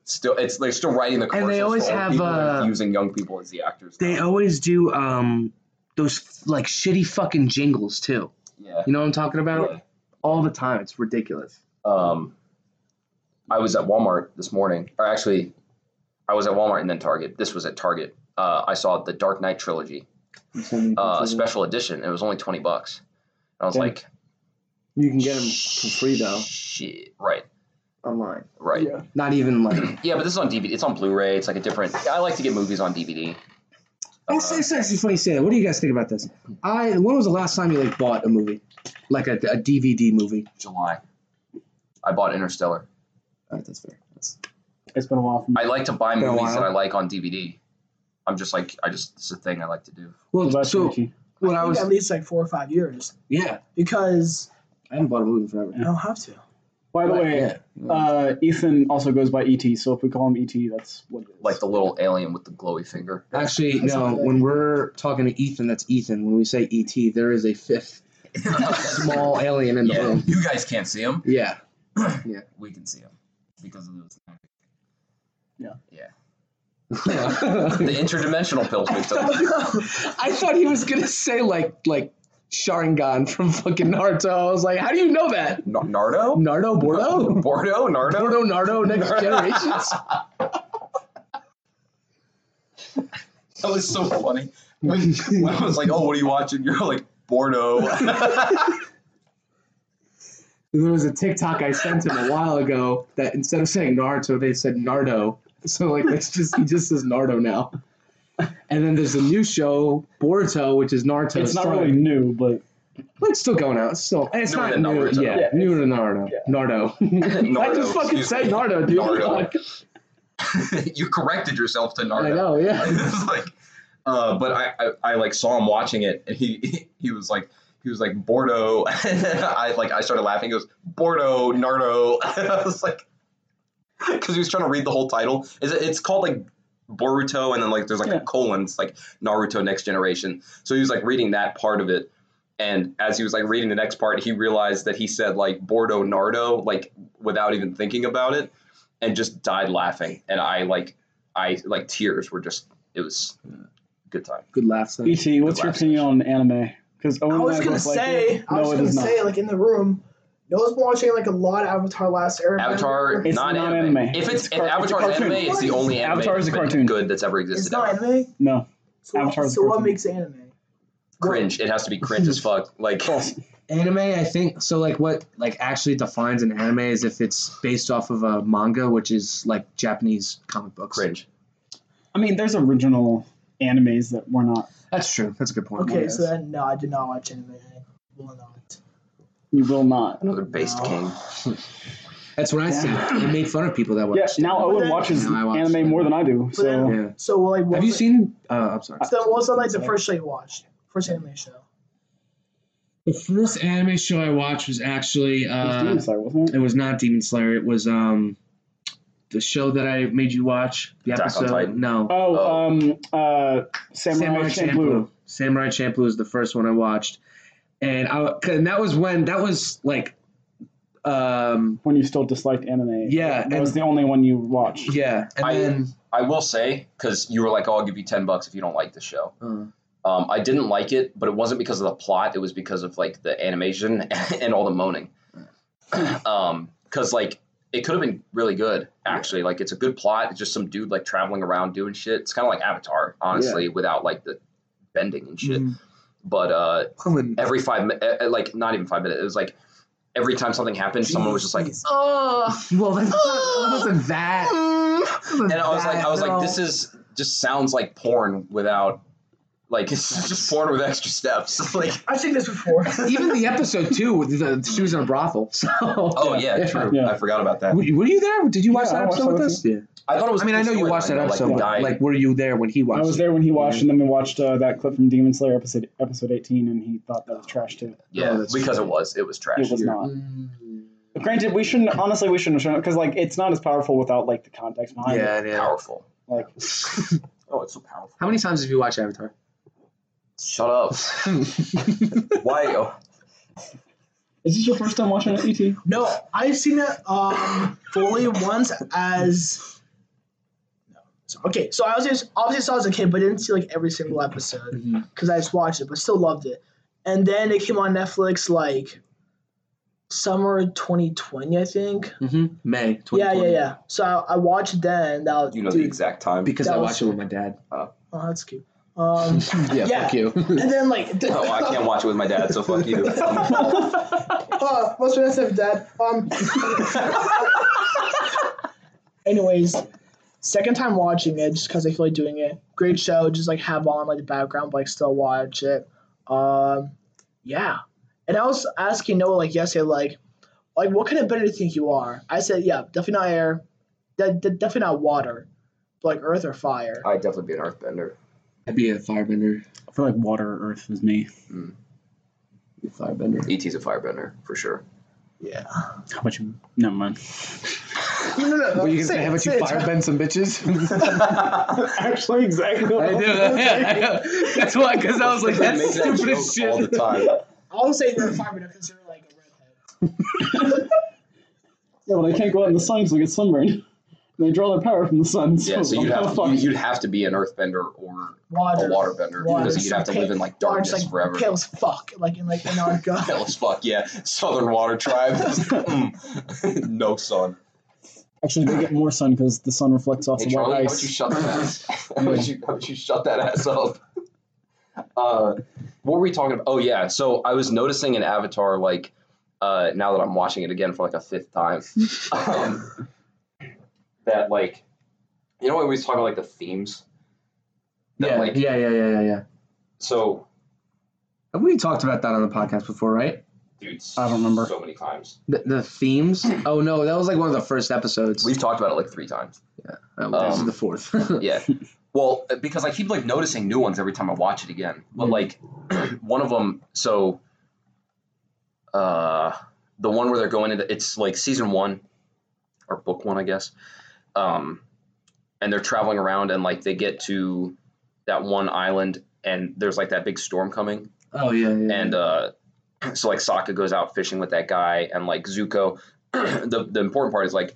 G: still it's they're still writing the commercials
D: And they always
G: for old
D: have,
G: people
D: uh,
G: and using young people as the actors.
D: They
G: now.
D: always do um those like shitty fucking jingles too.
G: yeah.
D: You know what I'm talking about?
G: yeah.
D: All the time. It's ridiculous.
G: Um, I was at Walmart this morning, or actually, I was at Walmart and then Target. This was at Target. Uh, I saw the Dark Knight trilogy, uh, special edition. and It was only twenty bucks. And I was
C: Damn.
G: like,
D: You can get them for free though
G: Shit. Right.
D: online.
G: Right.
C: Yeah.
D: Not even like
G: Yeah, but this is on DVD. It's on Blu-ray. It's like a different. I like to get movies on DVD. Uh,
D: It's, it's actually funny you say that. What do you guys think about this? I when was the last time you like bought a movie, like a, a DVD movie?
G: July. I bought Interstellar.
D: All right, that's fair. That's,
C: It's been a while. From
G: I like to buy
D: Been a
G: movies that
D: while.
G: I like on DVD. I'm just like I just it's a thing I like to do.
D: well,
C: Last
D: so
C: Mickey.
D: what
E: I
D: I
E: think
D: was
E: at least like four or five years
D: yeah,
E: because
D: I haven't bought a movie in forever.
E: I don't have to.
C: By the way, uh, Ethan also goes by ET, so if we call him ET, that's what it is.
G: Like the little alien with the glowy finger.
D: Actually,
E: That's
D: no.
E: not bad.
D: When we're talking to Ethan, that's Ethan. When we say ET, there is a fifth small alien in the
G: Yeah,
D: room.
G: you guys can't see him.
D: Yeah.
G: We can see him because of those. The
D: I
G: interdimensional pills we took.
D: thought he was gonna say like like Sharingan from fucking Naruto. I was like, how do you know that?
G: N- Nardo?
D: Nardo Bordo?
G: Bordeaux? Nardo?
D: Bordo Nardo Next Generations?
G: That was so funny. When, when I was like, oh, what are you watching? You're like, Bordeaux.
D: There was a TikTok I sent him a while ago that instead of saying Naruto, they said Nardo. So like it's just he just says Nardo now. And then there's a new show, Boruto, which is Naruto's
C: it's not
D: son.
C: really new, but
D: But it's still going out. It's still it's
G: Newer
D: not
G: than
D: new.
G: Naruto.
D: Yeah,
C: Yeah.
D: newer than Naruto.
C: Yeah.
D: Nardo. I
G: Nardo,
D: just fucking
G: excuse
D: said
G: me.
D: Nardo, dude.
G: Nardo.
D: Fuck.
G: you corrected yourself to
D: I
G: Nardo.
D: know, yeah.
G: It's like, uh, but I, I, I like saw him watching it, and he, he was like, he was like Bordeaux. I like, I started laughing. He goes Bordeaux, Nardo. I was like, because he was trying to read the whole title. Is it? It's called like Boruto, and then like there's like
C: Yeah.
G: a colon. It's like Naruto Next Generation. So he was like reading that part of it. And as he was like reading the next part, he realized that he said like Bordeaux Nardo, like without even thinking about it, and just died laughing. And I like, I like tears were just it was uh, good time.
D: Good laugh son.
C: ET, E what's
G: Good
C: your
G: laugh.
C: opinion on anime? Because Owen
E: I was
C: and I
E: gonna
C: both like
E: say,
C: it.
E: I was
C: no, it
E: gonna
C: is not.
E: say, like in the room, Noah's been watching like a lot of Avatar Last Airbender.
G: Avatar,
C: It's
G: not,
C: not
G: anime.
C: anime.
G: If it's,
C: It's
G: if
C: car- it's a
G: Avatar's
C: cartoon.
G: anime, it's the
E: What?
G: only anime
C: Avatar is a
G: that's been
C: cartoon.
G: good that's ever existed.
E: It's not
G: ever.
E: anime.
C: No,
E: So,
C: Avatar is
E: so what
C: cartoon.
E: makes anime?
G: Cringe. It has to be cringe as fuck. Like
C: false.
D: Anime, I think so like what like actually defines an anime is if it's based off of a manga, which is like Japanese comic books.
G: cringe.
C: I mean, there's original animes that were not.
D: That's true. That's a good point.
E: Okay,
D: Yes.
E: so then no, I did not watch anime. I will not.
C: You will not.
G: Another based
E: No.
G: king.
D: That's what I see. I make fun of people that watch.
C: Yeah,
D: it.
C: now Owen
E: then-
C: watches
D: Now I watch
C: anime
D: it.
C: more than I do.
E: But then-
C: So
D: yeah.
E: So well, like, what
D: Have you
E: was-
D: seen? Uh, I'm sorry.
E: So what was like the first show you watched? First anime show.
D: The first anime show I watched was actually
C: it was
D: uh,
C: Demon Slayer, wasn't it?
D: it was not Demon Slayer. It was um the show that I made you watch the
G: Attack on
D: episode.
G: Titan.
D: No,
C: Oh,
G: Oh.
C: um, uh, Samurai, Champloo.
D: Samurai Champloo is the first one I watched, and I and that was when that was like, um
C: When you still disliked anime.
D: Yeah,
C: that
D: and-
C: was the only one you watched.
D: yeah, and
G: I-
D: then
G: I will say because you were like, "Oh, I'll give you ten bucks if you don't like the show."
D: uh,
G: Um, I didn't like it, but it wasn't because of the plot. It was because of like the animation and all the moaning. Um, because like it could have been really good actually. Like it's a good plot. It's just some dude like traveling around doing shit. It's kind of like Avatar, honestly, without like the bending and shit.
D: Mhm.
G: But uh,
D: Owen-
G: every five, mi- eh, eh, like not even five minutes, it was like every time something happened, someone was just like,
E: Jeez.
G: "Oh."
D: well, that's not, that wasn't that.
G: and I was like, I was like, this is just sounds like porn without, like it's just porn with extra steps. Like,
E: I've seen this before.
D: even the episode two. with The, she was in a brothel. So
G: oh yeah, true.
C: Yeah.
G: I forgot about that.
D: Were, were you there? Did you watch
C: Yeah,
D: that
C: I watched
D: episode with
C: that
D: us? Yeah.
G: I thought it was.
D: I mean,
G: a
D: I know
G: cool
D: you
G: storyline,
D: watched that
G: though,
D: episode.
G: Like,
D: Like,
G: the guy-
D: were you there when he
C: I
D: watched?
C: was there when he watched, and then we watched uh, that clip from Demon Slayer episode episode 18, and he thought that was trash too.
G: yeah,
D: Oh, that's
G: because
D: true.
G: it was. It was trash.
C: It was not.
D: Mm.
C: Granted, we shouldn't. Honestly, we shouldn't have shown it because like it's not as powerful without like the context behind it.
D: Yeah, yeah.
G: Powerful.
C: Like
G: Oh, it's so powerful.
D: How many times have you watched Avatar? Mm-hmm.
G: Shut up. Why? Oh,
C: Is this your first E time watching an ET?
E: No, I've seen it um, fully once as So, okay, so I was just obviously saw it as a kid, but didn't see like every single episode because I just watched it, but still loved it. And then it came on Netflix like summer 2020, I think.
D: hmm May. 2020.
E: Yeah, yeah, yeah. So I, I watched it then. That was,
G: You know
E: dude,
G: the exact time.
D: Because
E: That
D: I
E: was-
D: watched it with my dad.
E: Oh, that's cute. Um,
D: yeah,
E: Yeah.
D: fuck you.
E: and then like, the-
G: No, Oh, I can't watch it with my dad, so fuck you.
E: Uh, what's your name, Dad? Um. anyways, second time watching it just because I feel like doing it. Great show. Just like have on like the background, but like still watch it. Um, yeah. And I was asking Noah like yesterday, like, like what kind of better do you think you are? I said, yeah, definitely not air, de- de- definitely not water, but like earth or
D: Uh,
E: fire.
G: I'd definitely be an earthbender.
D: I'd be a firebender.
H: I feel like water or earth is me.
D: Firebender.
G: ET's E a firebender, for sure.
E: Yeah.
H: How about you? Never mind.
E: No, no, no.
D: Were you gonna
E: say
D: say,
E: it,
D: how about you
E: say it.
D: firebend some bitches?
C: Actually, exactly. what
D: I
C: was
D: do.
C: gonna say.
D: that's why, because I was like,
G: They
D: that's
G: make that
D: stupid as
G: joke
D: shit.
G: All the time.
E: I'll say earth or fire, but I consider like a redhead.
C: Yeah, but I can't go out in the sun because I get sunburned. And they draw their power from the sun. So
G: Yeah, so you'd
C: I'm
G: have
C: fucked.
G: to, you'd have to be an earthbender or a
E: Water.
G: waterbender
E: Water.
G: because you'd have to live in like
E: Or just
G: darkness
E: like
G: forever.
E: pale as fuck, like in like in our
G: Hell
E: gut.
G: as fuck, yeah. Southern water tribe. Mm. no sun.
H: Actually, they get more sun because the sun reflects off
G: Hey
H: the
G: Charlie,
H: white
G: how about you
H: ice.
G: shut that ass? how, about you, how about you shut that ass up? Uh, what were we talking about? Oh yeah, so I was noticing in Avatar, like uh, now that I'm watching it again for like a fifth time, um, that like you know when we always talk about like the themes. That,
D: Yeah,
G: like-
D: yeah, yeah, yeah, yeah, yeah.
G: So,
D: Have we talked about that on the podcast before, right?
G: dude,
H: I don't remember.
G: so many times.
D: The, the themes? Oh, no, that was like one of the first episodes.
G: We've talked about it like three times.
D: Oh, well, this is
G: um,
D: the fourth.
G: yeah. Well, because I keep like noticing new ones every time I watch it again. But
H: Hmm.
G: like one of them, so uh, the one where they're going into it's like season one or book one, I guess. Um, and they're traveling around and like they get to that one island and there's like that big storm coming
D: oh, yeah, yeah. yeah.
G: and uh, so like Sokka goes out fishing with that guy, and like Zuko. the the important part is like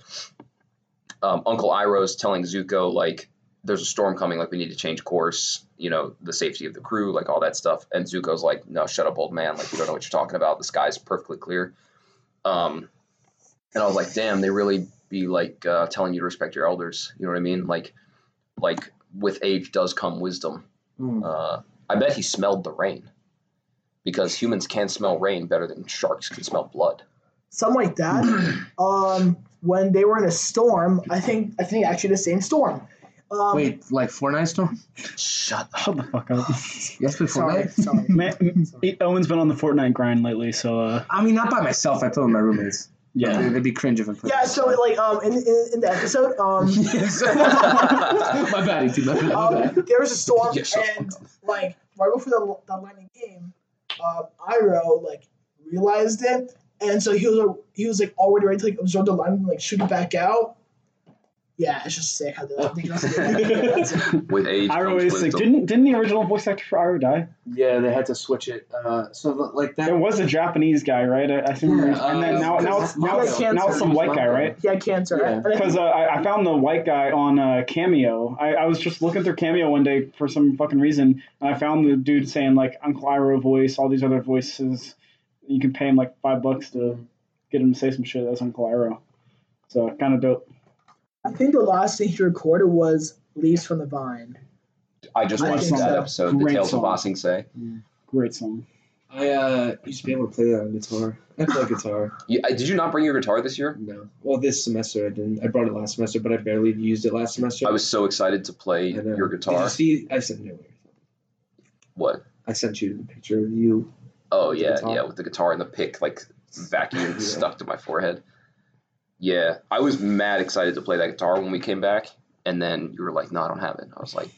G: um, Uncle Iroh's telling Zuko like there's a storm coming, like we need to change course. You know the safety of the crew, like all that stuff. And Zuko's like, no, shut up, old man. Like you don't know what you're talking about. The sky's perfectly clear. Um, and I was like, damn, they really be like uh, telling you to respect your elders. You know what I mean? Like, like with age does come wisdom.
D: Mm.
G: Uh, I bet he smelled the rain because humans can smell rain better than sharks can smell blood.
E: Something like that. um, when they were in a storm, I think I think actually the same storm. Um,
D: Wait, like Fortnite Storm?
G: Shut up.
H: Shut the fuck up.
D: Yes, before
E: sorry,
D: Fortnite.
E: sorry.
H: Man, E, Owen's been on the Fortnite grind lately, so uh,
D: I mean, not by myself. I play with my roommates.
H: yeah.
D: They- They'd be cringe if I played.
E: Yeah, so like um in, in, in the episode um,
D: Yes. my bad, E.T. My bad. My
E: um
D: bad.
E: there was a storm
G: Yeah, shut the
E: and like right before the the landing game, um Iroh like realized it and so he was he was like already ready to like absorb the landing and like shoot it back out. Yeah, it's just sick how they, they can also do that.
D: Oh.
E: That's
H: Um,
E: it.
G: With age
H: Iroh
G: comes
H: is
G: wisdom.
H: sick. Didn't didn't the original voice actor for Iroh die?
D: Yeah, they had to switch it. Uh, so like that.
H: There was a Japanese guy, right? I, I think.
D: Yeah,
H: and then
D: uh,
H: now now it's now it's,
E: Mako.
H: now it's some white guy, right?
E: He had cancer.
D: Yeah.
E: And I think
H: Because uh, I, I found the white guy on uh, Cameo. I, I was just looking through Cameo one day for some fucking reason, and I found the dude saying like Uncle Iroh voice, all these other voices. You can pay him like five bucks to get him to say some shit as Uncle Iroh. So kind of dope.
E: I think the last thing he recorded was "Leaves from the Vine."
G: I just
E: I
G: watched
E: think
G: that
E: so.
G: episode, The
H: Great
G: Tales
H: song.
G: of Bossing Say.
H: Great song.
D: I uh, used to be able to play that on guitar. I play guitar.
G: You, I- uh, did you not bring your guitar this year?
D: No, well, this semester I didn't. I brought it last semester, but I barely used it last semester.
G: I was so excited to play
D: I know.
G: your
D: Did
G: guitar.
D: you see? I sent you.
G: What?
D: I sent you the picture of you.
G: Oh
D: The
G: yeah,
D: guitar.
G: yeah, with the guitar and the pick like vacuum
D: Yeah.
G: stuck to my forehead. Yeah, I was mad excited to play that guitar when we came back, and then you were like, "No, I don't have it." I was like,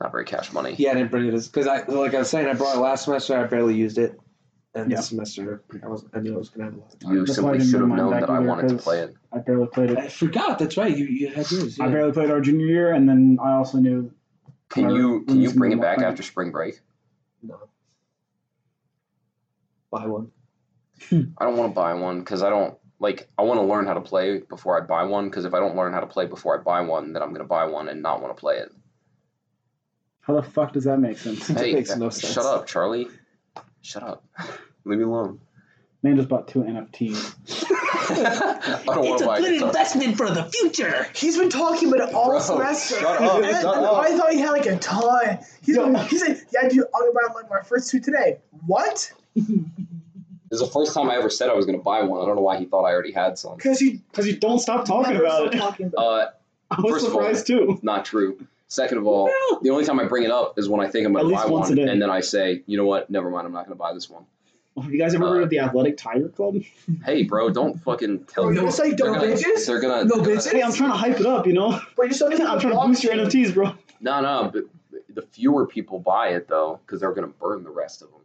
G: "Not very cash money."
D: Yeah, I didn't bring it because I, like I was saying, I brought it last semester. I barely used it, and
H: Yeah.
D: this semester I was. I knew I was gonna have a lot of time.
G: You
H: That's why I
G: simply
H: didn't
G: should
H: bring
G: have
H: mine
G: known
H: back
G: that I
H: either,
G: wanted to
H: 'cause-
G: play it.
H: I barely played it.
D: I forgot. That's right. You you had yours.
H: I
D: yeah.
H: barely played our junior year, and then I also knew.
G: Can
H: Or
G: you can you
H: losing
G: bring
H: the
G: it back
H: lockdown.
G: after spring break?
D: No. Buy one.
G: I don't want to buy one because I don't like I want to learn how to play before I buy one because if I don't learn how to play before I buy one, then I'm gonna buy one and not want to play it.
C: How the fuck does that make sense?
G: Hey,
I: makes no sense.
G: shut up, Charlie. Shut up. Leave me alone.
C: Man just bought two NFTs.
G: I don't want to buy a guitar.
J: investment for the future.
E: He's been talking about it all
G: Bro,
E: semester.
G: shut up,
E: And-
G: shut
E: and
G: up.
E: I thought he had like a ton. He's been, he said, "Yeah, dude, I'll buy like my first two today." What?
G: This is the first time I ever said I was going to buy one. I don't know why he thought I already had some.
E: Because you
C: Because you don't stop talking
E: never
C: about
E: stop
C: it.
E: Talking about
G: Uh,
C: I was
G: First of all-
C: surprised too.
G: not true. Second of all, the only time I bring it up is when I think I'm going
C: At
G: to
C: least
G: buy
C: once
G: one,
C: a day.
G: and then I say, you know what? Never mind. I'm not going to buy this one.
C: Have you guys ever
G: Uh,
C: heard of the Athletic Tiger Club?
G: Hey, bro, don't fucking tell
E: Bro,
G: me.
E: you're just like,
G: Oh, they're
E: no
G: gonna,
E: bitches?
G: They're gonna.
E: No
G: they're gonna-
E: bitches?
C: Hey, I'm trying to hype it up, you know?
E: it. But you're still
C: I'm trying to boost your NFTs, bro.
G: No, no. But the fewer people buy it though, because they're going to burn the rest of them.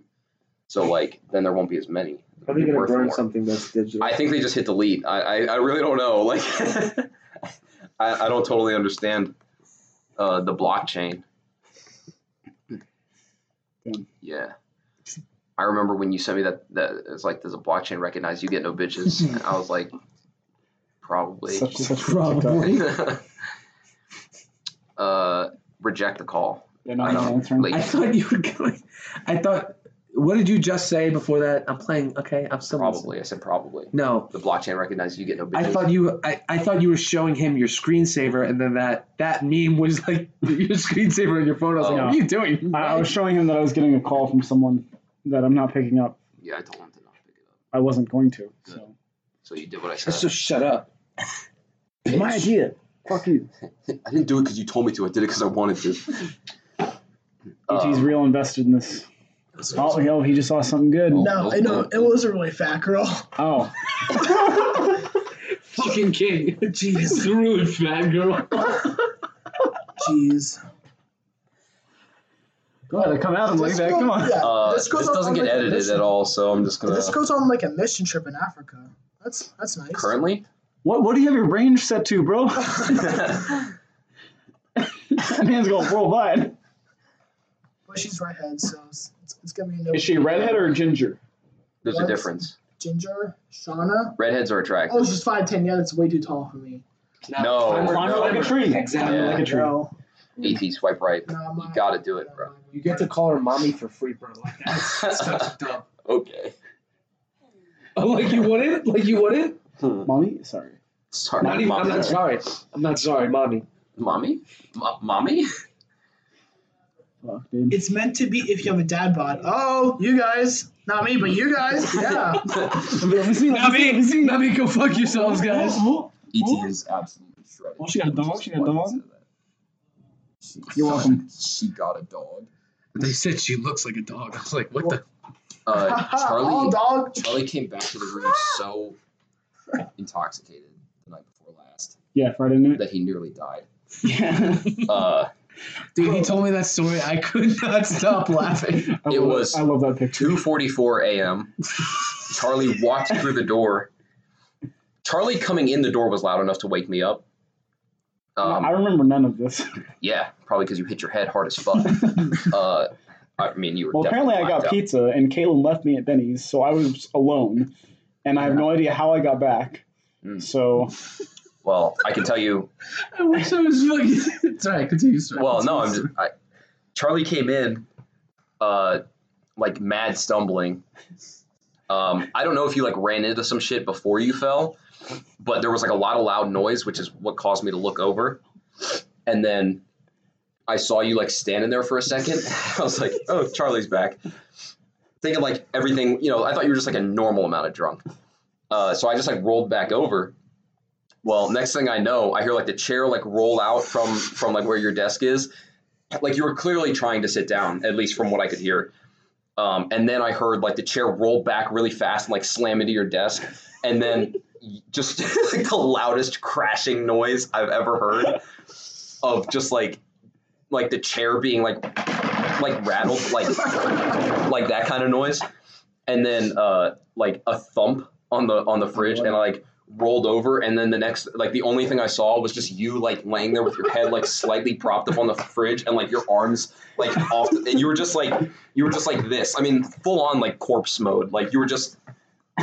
G: So like, then there won't be as many.
D: How are you gonna
G: Worth
D: burn
G: more.
D: something that's digital?
G: I think they just hit delete. I, I, I really don't know. Like, I, I don't totally understand uh, the blockchain.
C: Damn.
G: Yeah. I remember when you sent me that, that it's like, does a blockchain recognize you get no bitches? And I was like, probably.
C: Such, such
D: Probably.
G: uh, reject the call.
C: They're not
G: I
C: even
G: know.
C: answering.
G: Like-
D: I thought you were going. I thought. What did you just say before that? I'm playing. Okay, I'm still listening.
G: Probably. I said probably.
D: No,
G: The blockchain recognizes you get no
D: I
G: bitches.
D: thought you. I, I thought you were showing him your screensaver, and then that that meme was like your screensaver on your phone. I was like,
G: Oh.
D: what are you doing?
C: I, I was showing him that I was getting a call from someone that I'm not picking up.
G: yeah, I told him to not pick it up.
C: I wasn't going to. So
G: So you did what I said.
D: Let's just shut up.
C: my idea. Fuck you.
G: I didn't do it because you told me to. I did it because I wanted to. Uh,
C: He's real invested in this. Oh, yo, he just saw something good.
E: No, I know it was a really fat girl.
C: Oh,
D: Fucking king.
E: Jeez,
D: Screw it, fat girl.
E: jeez.
C: God, they come at him like
E: This
C: that.
E: girl-
C: Come on.
E: yeah,
G: Uh, this
E: this girl's on
G: doesn't
E: like
G: get
E: a
G: edited
E: mission.
G: at all, so I'm just gonna.
E: This goes on like a mission trip in Africa. That's that's nice.
G: currently,
C: What What do you have your range set to, bro? that man's going worldwide.
E: But she's redhead, so it's, it's gonna be no
C: Is she redhead or ginger?
G: there's a
E: What?
G: difference.
E: ginger. Shauna.
G: Redheads are attractive.
E: Oh, she's five ten. Yeah, that's way too tall for me.
G: No.
D: Climb her-
G: Climb her
C: like a tree.
D: Exactly.
G: Yeah.
C: Like a tree.
E: No,
G: At swipe right.
E: no,
G: You gotta do it, bro.
D: You get to call her mommy for free, bro. Like that's such dumb.
G: okay.
D: Oh, like you wouldn't? Like you wouldn't?
C: Mommy, sorry.
G: Sorry,
D: Not even, I'm
G: mommy.
D: not sorry. I'm not sorry, mommy.
G: Mommy, Mo- mommy.
C: Fuck, dude.
E: It's meant to be if you have a dad bod. Oh, you guys, not me, but you guys. Yeah.
C: Let me see, let me see, let me see.
D: Nami, go fuck yourselves,
C: Oh,
G: Et E is absolutely shredded.
C: Oh, she got a dog? She got a dog?
G: You're
C: welcome.
G: She got a dog.
D: They said she looks like a dog. I was like, what the?
G: Uh,
E: All
C: Oh,
G: Charlie.
E: dog.
G: Charlie came back to the room so intoxicated the night before last
C: Yeah, Friday night.
G: that he nearly died.
C: Yeah.
G: Uh,
D: Dude, he told me that story. I could not stop laughing.
C: I
G: It
C: love-
G: was-
C: I love that picture.
G: 2:44 a.m. Charlie walked through the door. Charlie coming in the door was loud enough to wake me up.
C: I
G: Um,
C: remember none of this.
G: yeah, probably because you hit your head hard as fuck. uh, I mean, you were.
C: Well, apparently
G: definitely
C: I
G: blacked
C: got
G: out.
C: pizza, and Caitlin left me at Benny's, so I was alone, and I have no idea how I got back.
G: Mm.
C: So
G: Well, I can tell you.
D: I wish I was like. Sorry, continue. Sorry.
G: Well, no, I'm. Just, I, Charlie came in, uh, like mad stumbling. Um, I don't know if you like ran into some shit before you fell, but there was like a lot of loud noise, which is what caused me to look over. And then I saw you like standing there for a second. I was like, oh, Charlie's back. Thinking like everything, you know, I thought you were just like a normal amount of drunk. Uh, so I just like rolled back over. Well, next thing I know, I hear like the chair like roll out from from like where your desk is. Like you were clearly trying to sit down, at least from what I could hear. Um, and then I heard like the chair roll back really fast and like slam into your desk, and then just like the loudest crashing noise I've ever heard of just like like the chair being like like rattled like like that kind of noise, and then uh, like a thump on the on the fridge, and I like rolled over, and then the next like the only thing I saw was just you like laying there with your head like slightly propped up on the fridge, and like your arms like off, and you were just like you were just like this. I mean, full on like corpse mode. Like you were just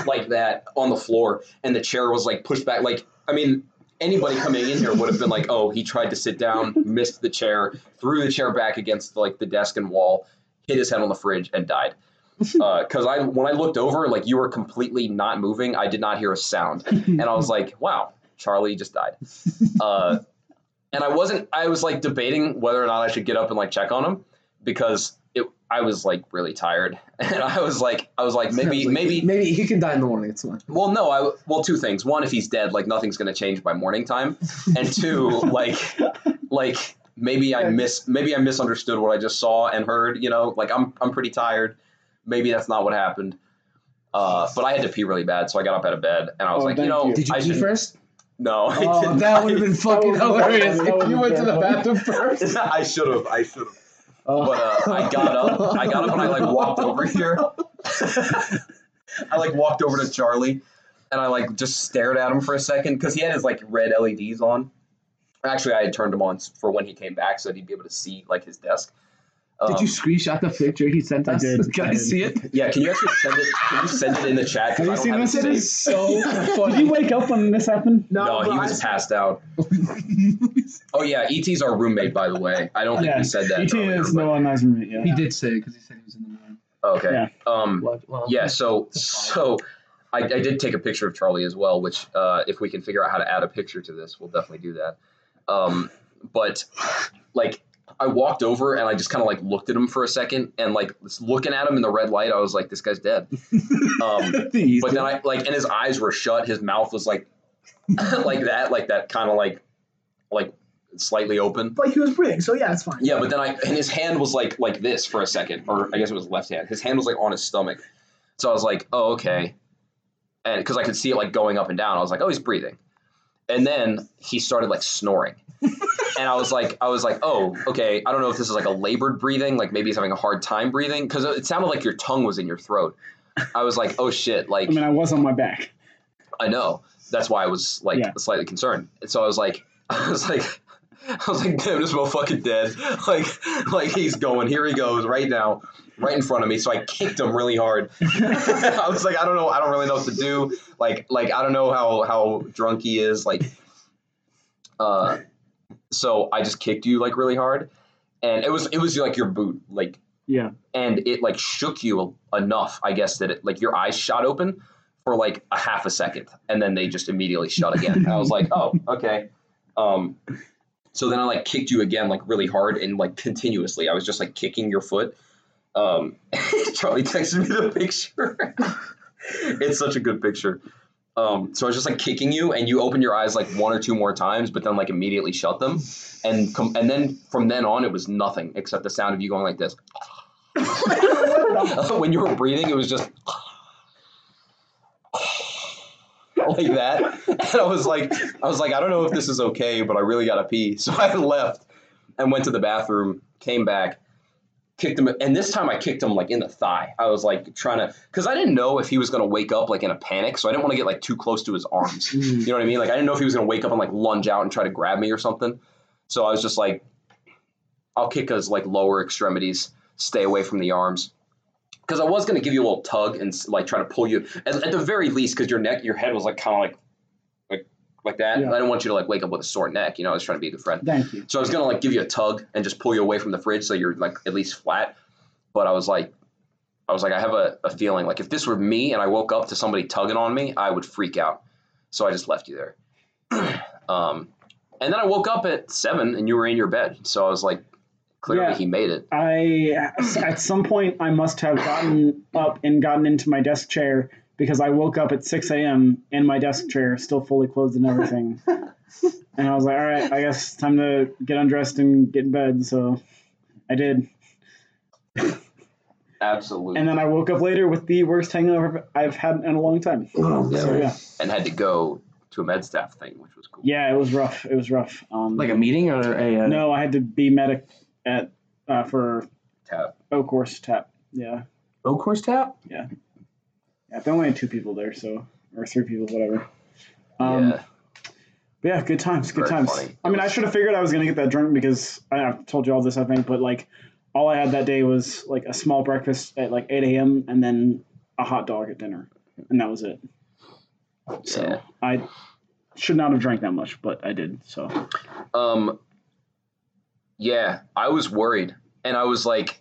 G: like that on the floor, and the chair was like pushed back. Like, I mean, anybody coming in here would have been like, "Oh, he tried to sit down, missed the chair, threw the chair back against like the desk and wall, hit his head on the fridge, and died." Because I, when I looked over, like you were completely not moving. I did not hear a sound, and I was like, "Wow, Charlie just died." Uh, and I wasn't. I was like debating whether or not I should get up and like check on him because it. I was like really tired, and I was like, I was like, maybe,
D: Like,
G: maybe,
D: maybe he can die in the morning. It's fine.
G: well, no, I well two things. One, if he's dead, like nothing's gonna change by morning time, and two, like like maybe I miss maybe I misunderstood what I just saw and heard. You know, like I'm I'm pretty tired. Maybe that's not what happened. Uh, but I had to pee really bad, so I got up out of bed and I was
C: Oh,
G: like, you
C: thank
G: know,
C: you.
D: Did you
G: I
D: pee
G: should-
D: first?
G: No, I
D: Oh,
G: didn't.
D: that would have been fucking
C: That would've been-
D: hilarious
C: that
D: if you
C: would've
D: went to
C: been-
D: the bathroom first.
G: I should have. I should have.
D: Oh.
G: But uh, I got up. I got up and I like walked over here. I like walked over to Charlie, and I like just stared at him for a second because he had his like red LEDs on. Actually, I had turned them on for when he came back so that he'd be able to see like his desk.
D: Did
G: Um,
D: you screenshot the picture he sent
C: I
D: us?
C: did,
D: Can
C: I
D: I,
C: did.
D: see it?
G: Yeah, can you actually send it? Can you send it in the chat? 'Cause
C: Have
G: I
C: you
G: don't
C: seen this?
G: have it
C: It
G: saved.
C: is
E: so
C: Did you
E: funny.
C: wake up when this happened?
G: No,
E: but
G: he
E: I-
G: was passed out. Oh yeah, ET's our roommate, by the way. I don't think
C: Yeah,
G: we said that.
C: ET
G: earlier,
C: is
G: but-
C: no one Eisner.
D: He
C: Yeah.
D: did say because he said he was in the morning.
G: Okay.
C: Yeah.
G: Um.
D: Well, well,
G: yeah so so I, I did take a picture of charlie as well which uh, if we can figure out how to add a picture to this we'll definitely do that um, but like i walked over and i just kind of like looked at him for a second and like just looking at him in the red light i was like this guy's dead um,
D: He's
G: but then i like and his eyes were shut his mouth was like like that like that kind of like like slightly open
E: But he was breathing, so yeah, it's fine.
G: yeah, but then I and his hand was like like this for a second, or I guess it was left hand. His hand was like on his stomach, so I was like, oh okay, and because I could see it like going up and down, I was like, oh he's breathing, and then he started like snoring, and I was like, I was like, oh okay, I don't know if this is like a labored breathing, like maybe he's having a hard time breathing because it sounded like your tongue was in your throat. I was like, oh shit, like
C: I mean, I was on my back.
G: I know. That's why I was like
C: Yeah.
G: slightly concerned. And so I was like, I was like, I was like, damn, this motherfucker dead. Like, like he's going. Here he goes right now, right in front of me. So I kicked him really hard. I was like, I don't know. I don't really know what to do. Like, like I don't know how how drunk he is. Like, uh, so I just kicked you like really hard, and it was it was like your boot, like
C: Yeah.
G: and it like shook you enough, I guess, that it like your eyes shot open for like a half a second, and then they just immediately shut again. And I was like, oh, okay. Um, so then I like kicked you again, like really hard and like continuously. I was just like kicking your foot. Um, Charlie texted me the picture. it's such a good picture. Um, so I was just like kicking you, and you opened your eyes like one or two more times, but then like immediately shut them, and com- and then from then on it was nothing except the sound of you going like this when you were breathing, it was just like that. And I was like, I was like, I don't know if this is okay, but I really gotta pee. So I left and went to the bathroom, came back, kicked him, and this time I kicked him like in the thigh. I was like trying to, because I didn't know if he was gonna wake up like in a panic, so I didn't want to get like too close to his arms. You know what I mean? Like I didn't know if he was gonna wake up and like lunge out and try to grab me or something. So I was just like, I'll kick his like lower extremities, stay away from the arms because I was going to give you a little tug and like try to pull you at, at the very least because your neck, your head was like kind of like like like that.
C: Yeah.
G: I didn't want you to like wake up with a sore neck. You know, I was trying to be a good friend.
C: Thank you.
G: So I was going to like give you a tug and just pull you away from the fridge so you're like at least flat. But I was like, I was like, I have a, a feeling like if this were me and I woke up to somebody tugging on me, I would freak out. So I just left you there. um, and then I woke up at seven and you were in your bed. So I was like, clearly
C: Yeah.
G: he made it.
C: I at some point I must have gotten up and gotten into my desk chair because I woke up at 6 a.m. in my desk chair, still fully clothed and everything. and I was like, all right, I guess it's time to get undressed and get in bed. So I did.
G: Absolutely.
C: And then I woke up later with the worst hangover I've had in a long time.
D: Oh,
C: So yeah,
G: and had to go to a med staff thing, which was cool.
C: yeah, it was rough. It was rough. Um,
D: like a meeting or a uh,
C: no, I had to be medic at uh, for
G: Tap.
C: Oak Horse Tap. Yeah,
D: boat course tap.
C: yeah. There only had two people there, so or three people, whatever. Um,
G: yeah.
C: But yeah, good times, good
G: Very
C: times.
G: funny.
C: I mean, I should have figured I was gonna get that drunk because I, I've told you all this, I think. But like, all I had that day was like a small breakfast at like eight a.m. and then a hot dog at dinner. and that was it. So
G: Yeah.
C: I should not have drank that much, but I did. So
G: Um, yeah, I was worried, and I was like,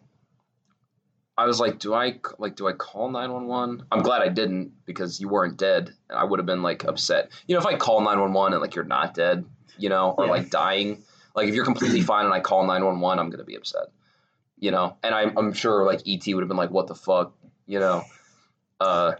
G: I was like, do I like do I call nine one one? I'm glad I didn't because you weren't dead, and I would have been like upset. You know, if I call nine one one and like you're not dead, you know, or
C: Yeah.
G: like dying, like if you're completely fine and I call nine one one, I'm gonna be upset. You know, and I'm I'm sure like ET would have been like, what the fuck, you know. Uh,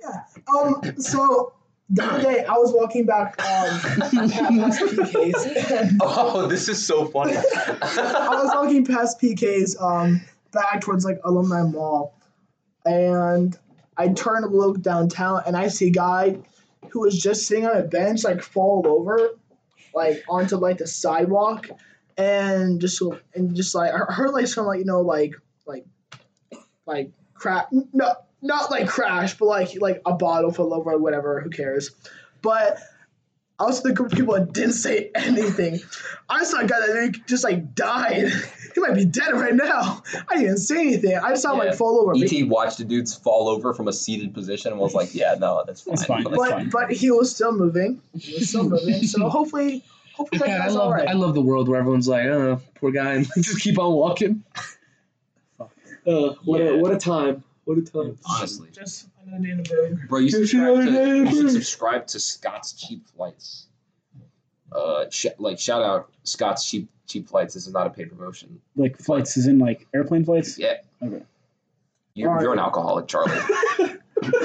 E: Yeah. Um. So the other day, I was walking back um past PK's, and
G: oh, this is so funny.
E: I was walking past PK's um back towards like Alumni Mall, and I turned to look downtown, and I see a guy who was just sitting on a bench, like fall over, like onto like the sidewalk, and just and just like I heard like some like you know like like like crap no not like crash but like like a bottle fell over or whatever who cares, but. I was in the group of people that didn't say anything. I saw a guy that literally just like died. He might be dead right now. I didn't say anything. I just saw him
G: Yeah. E
E: like fall over.
G: ET watched the dudes fall over from a seated position and was like, "Yeah, no, that's fine."
H: It's fine. That's
E: but
H: fine.
E: but he was still moving. He was still moving. So hopefully, hopefully
D: God, I
E: that's
D: love
E: all right.
D: I love the world where everyone's like, oh, poor guy, and just keep on walking. Uh, what, a, what a time! What a time!
G: Honestly,
E: Just another day in the bag.
G: bro, you
D: Just
G: subscribe
D: another
G: to,
D: day
G: you should
D: of-
G: subscribe to Scott's cheap flights. Uh, sh- like shout out Scott's cheap cheap flights. This is not a paid promotion.
C: like flights is in like airplane flights.
G: Yeah.
C: Okay.
G: You,
E: Alright.
G: You're an alcoholic, Charlie.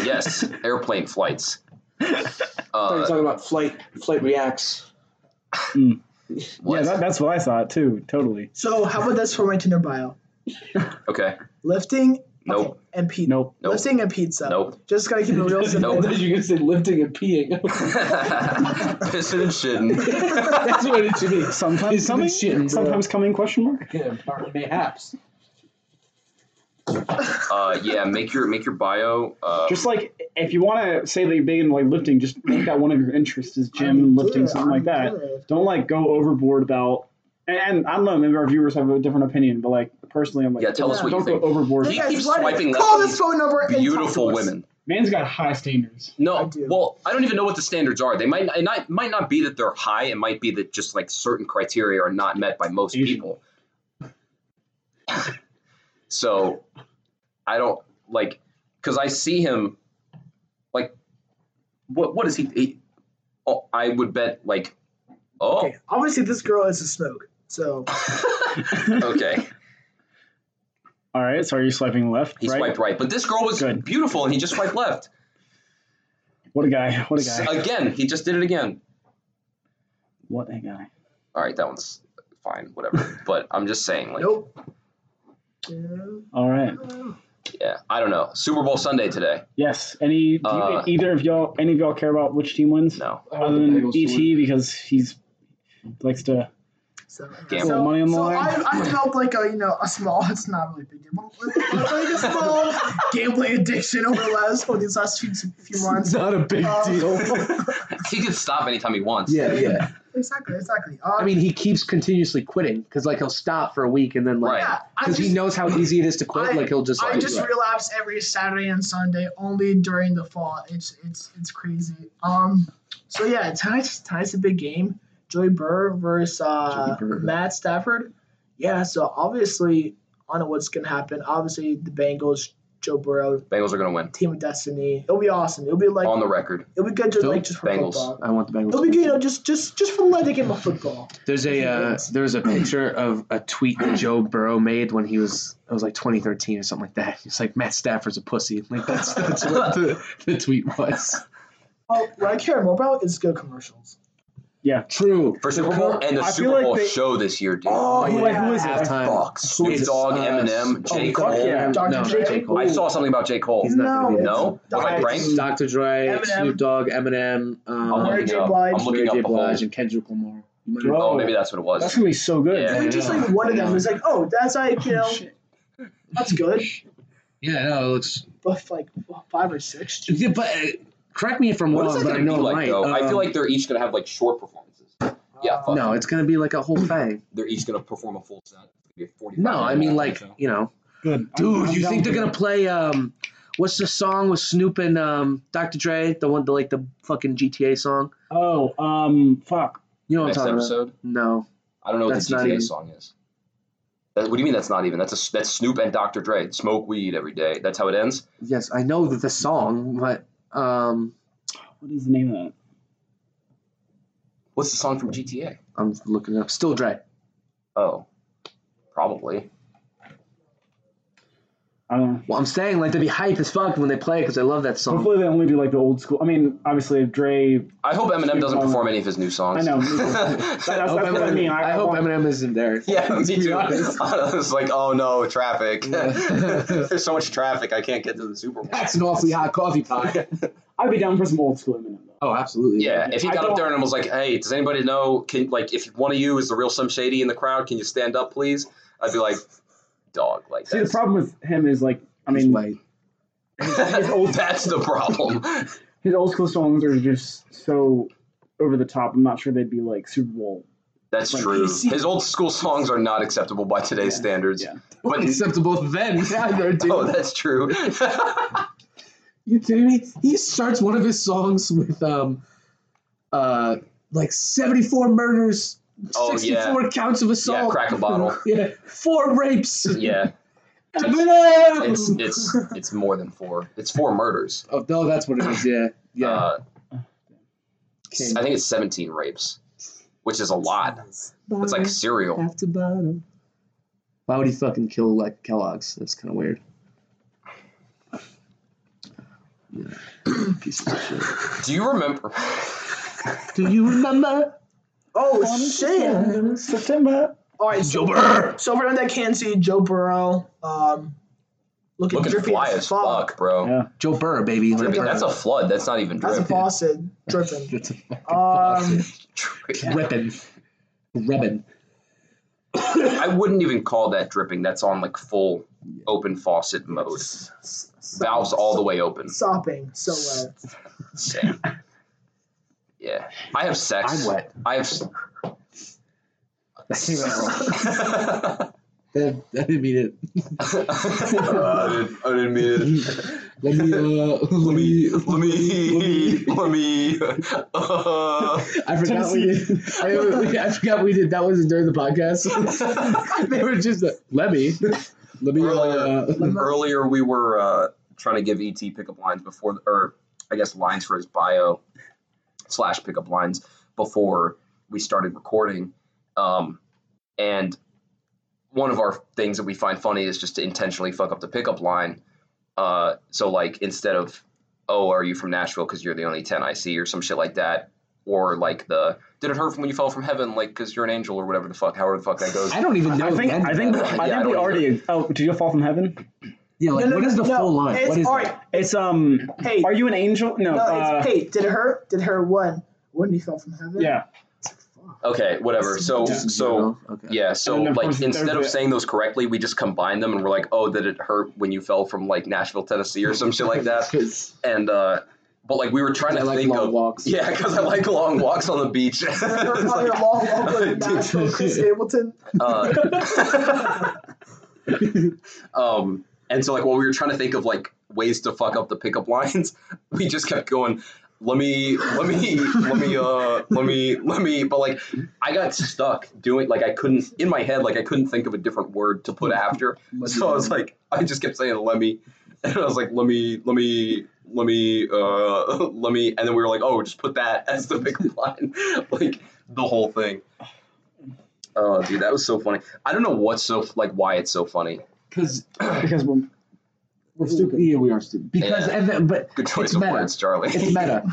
G: yes, airplane flights.
D: We're
G: Uh,
D: talking about flight flight reacts.
G: what?
C: Yeah, that, that's what I thought too. Totally.
E: So how about this for my Tinder bio?
G: okay.
E: Lifting.
G: Nope.
E: okay, and pizza.
C: Nope.
G: Nope.
E: Lifting and pizza.
G: Nope.
E: Just gotta keep it real simple.
G: Nope.
D: you can say lifting and peeing.
G: Pissing and shitting.
D: That's what it should be.
C: Sometimes
D: It's
C: coming.
D: good shit, bro.
C: sometimes coming? Question mark.
D: Yeah, pardon, mayhaps.
G: Uh, yeah, make your make your bio. Uh,
H: Just like if you want to say that you're big into like lifting, just make that one of your interests is gym,
E: I'm
H: lifting,
E: good,
H: something like
E: I'm
H: that.
E: good.
H: Don't like go overboard about. And, and I don't know, maybe our viewers have a different opinion, but like personally, I'm like,
G: Yeah, tell us what you
H: don't
G: think.
H: go overboard.
E: This
G: He
E: guy's
G: keeps
E: running.
G: swiping left
E: Call
G: on
E: this
G: these
E: phone number. and talk
G: beautiful
E: to us.
G: women.
H: Man's got high standards.
E: I
G: No,
E: do.
G: well, I don't even know what the standards are. They might it not might not be that they're high. It might be that just like certain criteria are not met by most
H: Asian.
G: people. so, I don't like because I see him like what what is he? he oh, I would bet like oh
E: Okay. Obviously, this girl is a smoke. So
G: okay.
H: All right, so are you swiping left?
G: He
H: right?
G: swiped right, but this girl was
H: Good.
G: beautiful, and he just swiped left
H: What a guy! What a guy!
G: again. He just did it again.
H: What a guy!
G: All right, that one's fine, whatever. but I'm just saying, like,
E: nope.
H: All right.
G: yeah, I don't know. Super Bowl Sunday today.
H: Yes. Any? Do you,
G: Uh,
H: either of y'all? Any of y'all care about which team wins?
G: No.
H: Other than
C: Um,
H: ET,
C: E
H: because he's likes to.
E: So, uh,
G: Gamble.
E: so,
H: Money on the
E: so
H: line.
E: I, I developed like a you know a small. It's not really a big deal, but but like a small gambling addiction over the last for these last few few months.
D: not a big
E: Um,
G: He can stop anytime he wants.
D: yeah, yeah.
E: Exactly, exactly. Um,
D: I mean, he keeps continuously quitting because like he'll stop for a week and then like
G: Right.
E: yeah, I
D: because
E: just,
D: he knows how easy it is to quit.
E: I-
D: like he'll just
E: I
D: like
E: just relapse every Saturday and Sunday, only during the fall. It's it's it's crazy. Um, so yeah, tonight's tonight's a big game. Joey Burr versus uh,
D: Joey Burr.
E: Matt Stafford. Yeah, so obviously I don't know what's gonna happen. Obviously the Bengals, Joe Burrow,
G: Bengals are going to win.
E: team of destiny. It'll be awesome. It'll be like
G: On the record.
E: it'll be good just
D: Nope.
E: like just for
G: Um, Bengals.
E: football.
D: I want the Bengals.
E: It'll be good, you know, just just just for like the game of football.
D: There's a uh, there's a picture of a tweet that Joe Burrow made when he was it was like 2013 or something like that. It's like Matt Stafford's a pussy. Like that's that's what the, the tweet was.
E: Oh, what I care more about is good commercials.
D: True.
G: For Super Bowl and the
H: I feel
G: Super
H: like
G: Bowl
H: they-
G: show this year, dude.
E: Oh,
H: Who-
E: yeah.
H: who is it?
D: Halftime.
G: Fuck. Snoop
D: Jesus.
G: Dogg,
D: Uh,
G: Eminem, J.
H: fuck
G: Cole.
H: yeah.
E: Dr.
D: No,
E: J.
D: J. Cole.
G: I saw something about J. Cole.
D: He's not gonna be
G: No? Am I
E: Dr.
G: right?
D: Dr. Dre,
E: Eminem.
D: Snoop Dogg, Eminem,
G: I'm
D: um,
E: Mary
G: looking
E: J.
G: up.
E: Blige,
G: I'm looking
D: Mary
G: up
D: J.
G: the whole.
D: Blige, and Kendrick Lamar. You might-
H: Bro.
G: Oh, maybe that's what it
H: That's
G: was.
H: gonna be so good.
G: Yeah.
E: Even just like one of them is like, oh, that's like you know, that's good.
D: Yeah, no, it looks.
E: But like well, five or six,
D: Yeah, but uh, correct me if I'm
G: What is
D: wrong,
G: that
D: but I
G: going to
D: know
G: be
D: I'm
G: like,
D: right.
G: though? I
D: Um,
G: feel like they're each going to have, like, short performances. Yeah, fuck.
D: no, it's gonna be like a whole thing.
G: They're each going to perform a full set. It's gonna be a 45
D: No, I mean
G: minute
D: like
G: show.
D: you know,
H: Good.
D: dude,
H: I'm-
D: you
H: I'm down
D: think they're
H: for
D: gonna play um, What's the song with Snoop and um, Dr. Dre? The one, the like the fucking GTA song.
C: Oh, um, fuck.
D: You know what
G: Next
D: I'm talking
G: episode.
D: about? No,
G: I don't know what
D: That's
G: the
D: not
G: GTA
D: even-
G: song is. That, what do you mean that's not even? That's a, that's Snoop and Dr. Dre. Smoke weed every day. That's how it ends.
D: yes, I know that the song, but um,
C: What is the name of that?
G: What's the song from GTA?
D: I'm looking it up. Still Dre.
G: Oh, probably.
C: I don't know.
D: Well, I'm saying like to be hype as fuck when they play it because I love that song.
C: Hopefully they only do like the old school. I mean, obviously if Dre.
G: I hope Eminem doesn't
C: Um,
G: perform any of his new songs.
C: I know.
G: know.
D: hope
C: That's, that's what I
D: Eminem-
C: mean.
D: I,
C: I,
D: hope
C: want-
D: Eminem isn't there.
G: yeah, me
D: To be
G: too.
D: honest.
G: I was like, oh no, traffic.
D: Yeah.
G: There's so much traffic, I can't get to the Super Bowl.
D: That's an awfully hot coffee pot.
C: I'd be down for some old school Eminem though.
D: Oh, absolutely.
G: Yeah, if he
C: I
G: got up
C: don't-
G: there and was like, "Hey, does anybody know? Can like, if one of you is the real Slim Shady in the crowd, can you stand up, please?" I'd be like, "Dog, like
C: See, the
G: that's,
C: problem with him is like, I
D: He's
C: mean,
D: white.
G: that's the problem."
C: his old school songs are just so over the top. I'm not sure they'd be like Super Bowl.
G: That's
C: Like,
G: true.
C: he's-
G: His old school songs are not acceptable by today's
C: Yeah,
G: standards.
C: yeah.
G: But
D: Acceptable then. Yeah, they're doing-
G: oh, that's true. Uh,
D: You kidding me? He starts one of his songs with um, uh, like seventy-four murders,
G: Oh, yeah.
D: sixty-four counts of assault,
G: Yeah, crack a bottle.
D: yeah, four rapes.
G: yeah,
D: Eminem!
G: it's it's it's more than four. It's four murders.
D: oh no, that's what it is. Yeah, yeah.
G: Uh,
D: Okay.
G: I think it's seventeen rapes, which is a lot. It's like serial.
D: after bottom. Why would he fucking kill like Kellogg's? That's kind of weird. Yeah. Pieces of shit.
G: Do you remember?
D: Do you remember?
E: Oh shit!
C: September.
E: All right, so,
D: Burr.
E: so for everyone that can't see Joe Burrow, um, looking,
G: Looking
E: drippy
G: fly as fuck, bro.
C: Yeah.
D: Joe Burr, baby.
G: I mean, that's a flood. That's not even
E: That's a
G: drip.
E: faucet dripping.
D: That's a
E: Um,
D: dripping, ribbon.
G: I wouldn't even call that dripping. That's on like full open faucet mode.
E: s- s-
G: Valves all the way open.
E: sopping so wet.
G: Same. Yeah. I have sex.
D: I'm wet.
G: I have. s-
D: That, that didn't mean it.
G: I, didn't, I didn't mean it.
D: Let me, uh, let me,
G: Let me. Let me. Uh,
D: I forgot we did. I, I forgot we did. That wasn't during the
G: uh,
D: podcast. they were just uh, let me, let me. Uh,
G: earlier, we were uh, trying to give ET pickup lines before, or I guess lines for his bio slash pickup lines before we started recording. Um, and one of our things that we find funny is just to intentionally fuck up the pickup line. Uh, so like instead of oh are you from Nashville because you're the only ten I see or some shit like that, or like the did it hurt from when you fell from heaven like because you're an angel or whatever the fuck however the fuck that goes.
D: I don't even know.
H: I think
D: the end
H: I
D: of
H: think
D: that.
H: I
G: Yeah,
H: think
G: I don't
H: we already. Oh, did you fall from heaven?
D: yeah. Like,
E: No, no,
D: what is the
E: no,
D: full line?
E: It's,
D: What is
E: all
D: that?
E: right.
H: It's um.
E: Hey,
H: Are you an angel? No.
E: no,
H: uh,
E: it's, hey, did it hurt? Did it hurt one? When he fell from heaven?
H: yeah.
G: okay, whatever. So so
D: okay.
G: Yeah, so
H: And then, of
G: like
H: course,
G: instead of
H: there's a-
G: saying those correctly, we just combine them and we're like, oh, did it hurt when you fell from like Nashville, Tennessee or some shit like that?
D: Because
G: And uh but like we were trying
D: I
G: to
D: like
G: think
D: long
G: of
D: walks.
G: yeah, because I like long walks on the beach. It's
E: Did it hurt probably
G: like,
E: a long walk with Nashville, Chris Stapleton.
G: uh, um, and so like while we were trying to think of like ways to fuck up the pickup lines, we just kept going. Let me, let me, let me, uh, let me, let me. But like, I got stuck doing like I couldn't in my head like I couldn't think of a different word to put after. So I was like, I just kept saying let me, and I was like, let me, let me, let me, uh, let me, and then we were like, oh, just put that as the pickup line, like the whole thing. Oh, dude, that was so funny. I don't know what's so like why it's so funny.
D: because
H: Because we're,
D: we're stupid. Yeah, we are stupid. Because
G: Yeah.
D: and then, but
G: Good choice
D: It's
G: of
D: meta.
G: words, Charlie.
D: it's meta.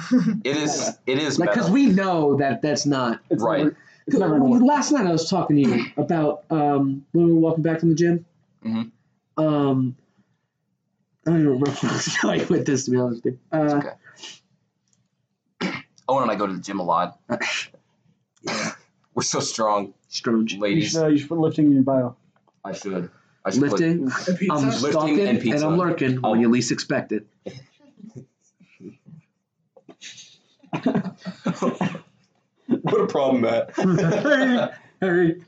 G: It is. It is
D: Like, because we
G: meta.
D: know that that's not
H: it's
G: Right.
H: never- it's never gonna work.
D: Last night I was talking to you about um, when we were walking back from the gym.
G: Mhm.
D: Um, I don't even remember where I was going with this, to be honest with you. Uh,
G: okay. Owen Oh, and I go to the gym a lot.
D: Yeah.
G: We're so strong,
D: Strange.
H: You
G: ladies.
H: should, uh, you should put lifting in your bio.
G: I should. I should put-
D: Lifting, I'm
G: Lifting
D: stalking,
G: and
D: and,
G: pizza.
D: I'm lurking
G: Oh.
D: when you least expect it.
G: what a problem, Matt.
D: Hey,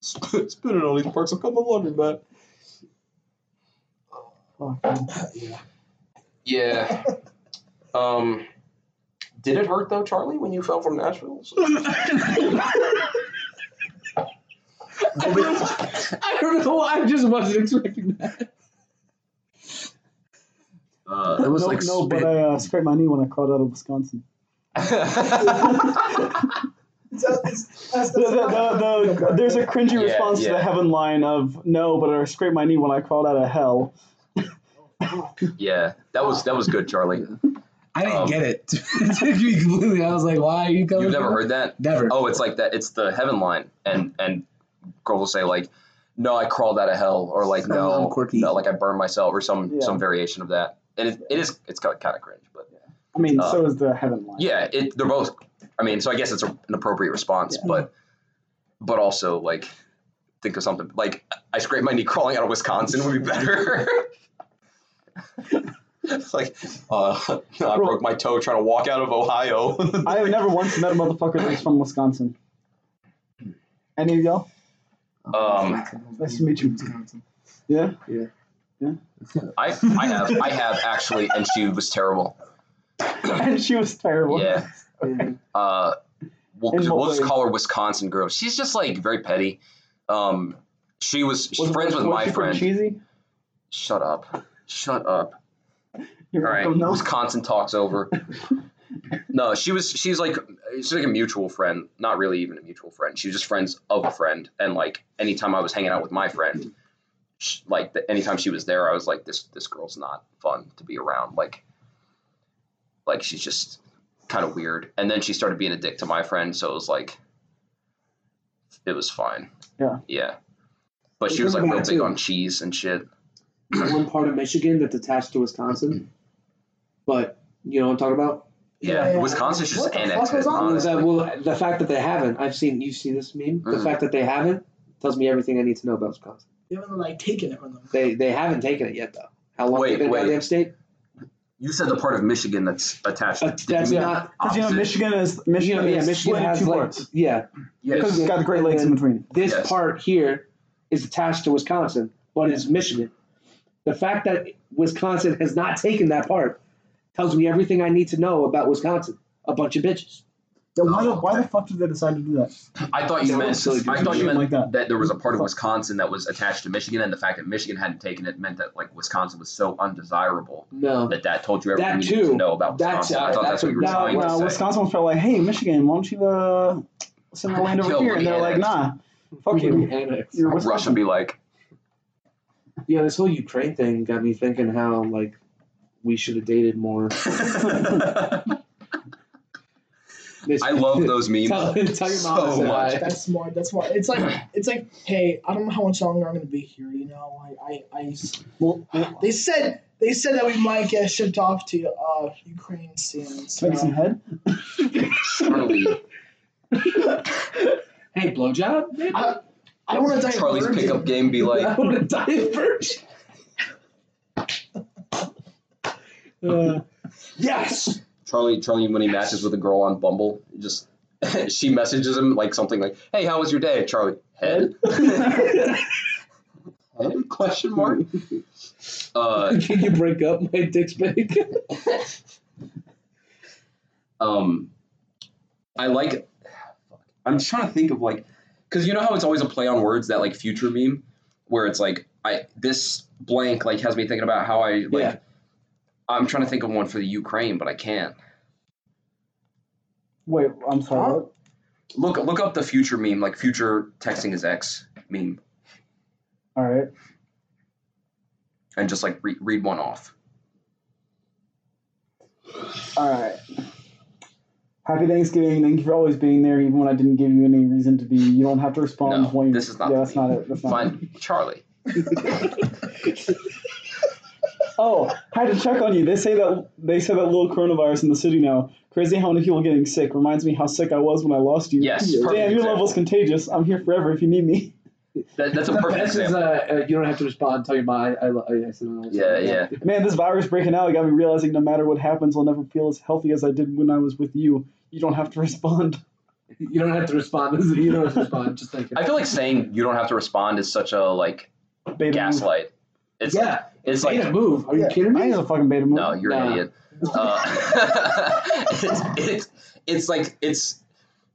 G: Spinning all these parts will come along, Matt. Yeah. Um, did it hurt though, Charlie, when you fell from Nashville?
A: I don't, I don't know. I just wasn't expecting that.
G: Uh,
A: It was
C: no,
A: like
C: no,
A: spit.
C: but I uh, scraped my knee when I crawled out of Wisconsin.
E: That's
C: The, the, the, the, there's a cringy
G: Yeah,
C: response to
G: yeah.
C: the heaven line of no, but I scraped my knee when I crawled out of hell.
G: yeah, that was that was good, Charlie.
A: I didn't
G: Um,
A: get it. to be completely, I was like, "Why are you coming?"
G: You've never heard that?
A: Never.
G: Oh, it's like that. It's the heaven line, and and girls will say like, "No, I crawled out of hell," or like,
A: Somehow
G: "No,
A: quirky.
G: no, like I burned myself," or some
C: Yeah.
G: some variation of that. And it, it is it's kind of cringe, but
C: I mean,
G: Uh,
C: so is the heaven line.
G: yeah, it they're both. I mean, so I guess it's a, an appropriate response, but but also like think of something like I scraped my knee crawling out of Wisconsin would be better. It's like, uh, no, I broke my toe trying to walk out of Ohio.
C: I have never once met a motherfucker that's from Wisconsin. Any of y'all?
A: Oh,
G: um,
C: Nice to meet you. Yeah.
G: I, I have I have actually, and she was terrible.
C: And she was terrible.
G: Yeah. Uh, we'll
C: In what
G: we'll just
C: way?
G: call her Wisconsin girl. She's just like very petty. Um, she was she's
C: Was-
G: friends with
C: was
G: my
C: she from
G: friend.
C: Cheesy.
G: Shut up. Shut up.
C: You're
G: All right.
C: welcome, no.
G: Wisconsin talks over. no, she was she's like she's like a mutual friend, not really even a mutual friend. She was just friends of a friend and like anytime I was hanging out with my friend, sh like the, anytime she was there, I was like this this girl's not fun to be around. Like like she's just kind of weird. And then she started being a dick to my friend, so it was like it was fine.
C: Yeah.
G: Yeah. But
D: It
G: she was
D: goes
G: like real
D: back
G: big
D: to-
G: on cheese and shit.
D: one part of Michigan that's attached to Wisconsin. But you know what I'm talking about?
G: Yeah, Wisconsin should just
E: What the
G: annex
E: fuck was
G: it,
E: on
G: honestly.
D: Is that- well, the fact that they haven't, I've seen you see this meme. The
G: Mhm.
D: fact that they haven't tells me everything I need to know about Wisconsin.
E: Even like taking it from them.
D: They they haven't taken it yet though. How long
G: Wait,
D: have they been a
G: wait.
D: goddamn state?
G: You said the part of Michigan that's attached.
D: Uh,
G: Did you
D: that's
G: mean
D: not.
C: Because you know
G: opposite?
C: Michigan is Michigan
D: You know, yeah,
C: is
D: Michigan
C: split in
D: has
C: two
D: like
C: parts
D: yeah.
G: Yes.
C: because it's got the Great Lakes in between.
D: This
G: Yes.
D: part here is attached to Wisconsin, but it's Michigan. The fact that Wisconsin has not taken that part tells me everything I need to know about Wisconsin. A bunch of bitches.
C: Yeah, why,
G: Oh,
C: the, why
G: okay.
C: the fuck did they decide to do that?
G: I thought you
D: Yeah,
G: meant.
D: so you
G: I
D: can
G: thought you
C: do
G: meant
C: like
G: that.
C: that.
G: there was a part of Wisconsin that was attached to Michigan, and the fact that Michigan hadn't taken it meant that like Wisconsin was so undesirable
D: No.
G: that that told you everything
D: That
G: you needed
D: too.
G: to know about
D: That's-
G: Wisconsin. I
D: uh,
G: thought that's,
D: that's
G: what you were
D: what-
G: trying
D: no,
C: Well,
G: to say.
C: Wisconsin was probably like, "Hey, Michigan, why don't you uh, send the land over
G: Yo,
C: here?" And they're
G: yeah.
C: like, "Nah, fuck
D: Fucking
C: you.
D: annex.
C: You're
G: Russia would
C: Wisconsin."
G: be like,
D: Yeah, this whole Ukraine thing got me thinking how like we should have dated more. This-
G: I love those memes.
D: tell, tell your mom I
G: so
D: said
G: much.
D: hi.
E: That's smart. That's smart. It's like it's like, hey, I don't know how much longer I'm gonna be here. You know, I, I, I
C: Well,
E: they said they said that we might get shipped off to uh, Ukraine soon. So.
C: maybe some head.
G: Charlie,
D: Hey, blowjob. babe?
E: I, I don't want to die.
G: Charlie's
E: virgin.
G: pickup game be
D: I
G: like,
D: want to die a virgin. Uh, yes.
G: Charlie, Charlie, when he matches with a girl on Bumble, just she messages him like something like, "Hey, how was your day, Charlie?" Head. Head? Question mark. Uh,
D: Can you break up? My dick's big.
G: um, I like. I'm just trying to think of like, because you know how it's always a play on words that like future meme, where it's like I this blank like has me thinking about how I like.
D: Yeah.
G: I'm trying to think of one for the Ukraine, but I can't.
C: Wait, I'm sorry. what?
G: Look, look up the future meme, like future texting his ex meme.
C: All right.
G: and just like re- read one off.
C: All right. Happy Thanksgiving. Thank you for always being there, even when I didn't give you any reason to be. You don't have to respond.
G: No,
C: when you-
G: this is not
C: Yeah,
G: the
C: that's not it. That's not it.
G: Fine, Charlie.
C: Oh, had to check on you. They say that they say that little coronavirus in the city now. Crazy how many people are getting sick. Reminds me how sick I was when I lost you.
G: Yes,
C: Damn,
G: perfect
C: your
G: example.
C: level's contagious. I'm here forever if you need me.
G: That, that's a perfect
D: This is,
G: example.
D: uh, uh, you don't have to respond. Tell your mom I, I, lo- I, I said I love you.
G: yeah, yeah.
C: Man, this virus breaking out got me realizing no matter what happens, I'll never feel as healthy as I did when I was with you. You don't have to respond.
D: You don't have to respond. You don't have to respond. Just think.
G: I feel like saying you don't have to respond is such a like
C: Beta move.
G: gaslight. It's
D: yeah,
G: it's
D: made
G: like
D: a move. Are you
C: Yeah.
D: kidding
C: I
D: me?
C: need a fucking beta
G: no,
C: movie.
G: you're an
D: No.
G: idiot. Uh, it's, it's it's like it's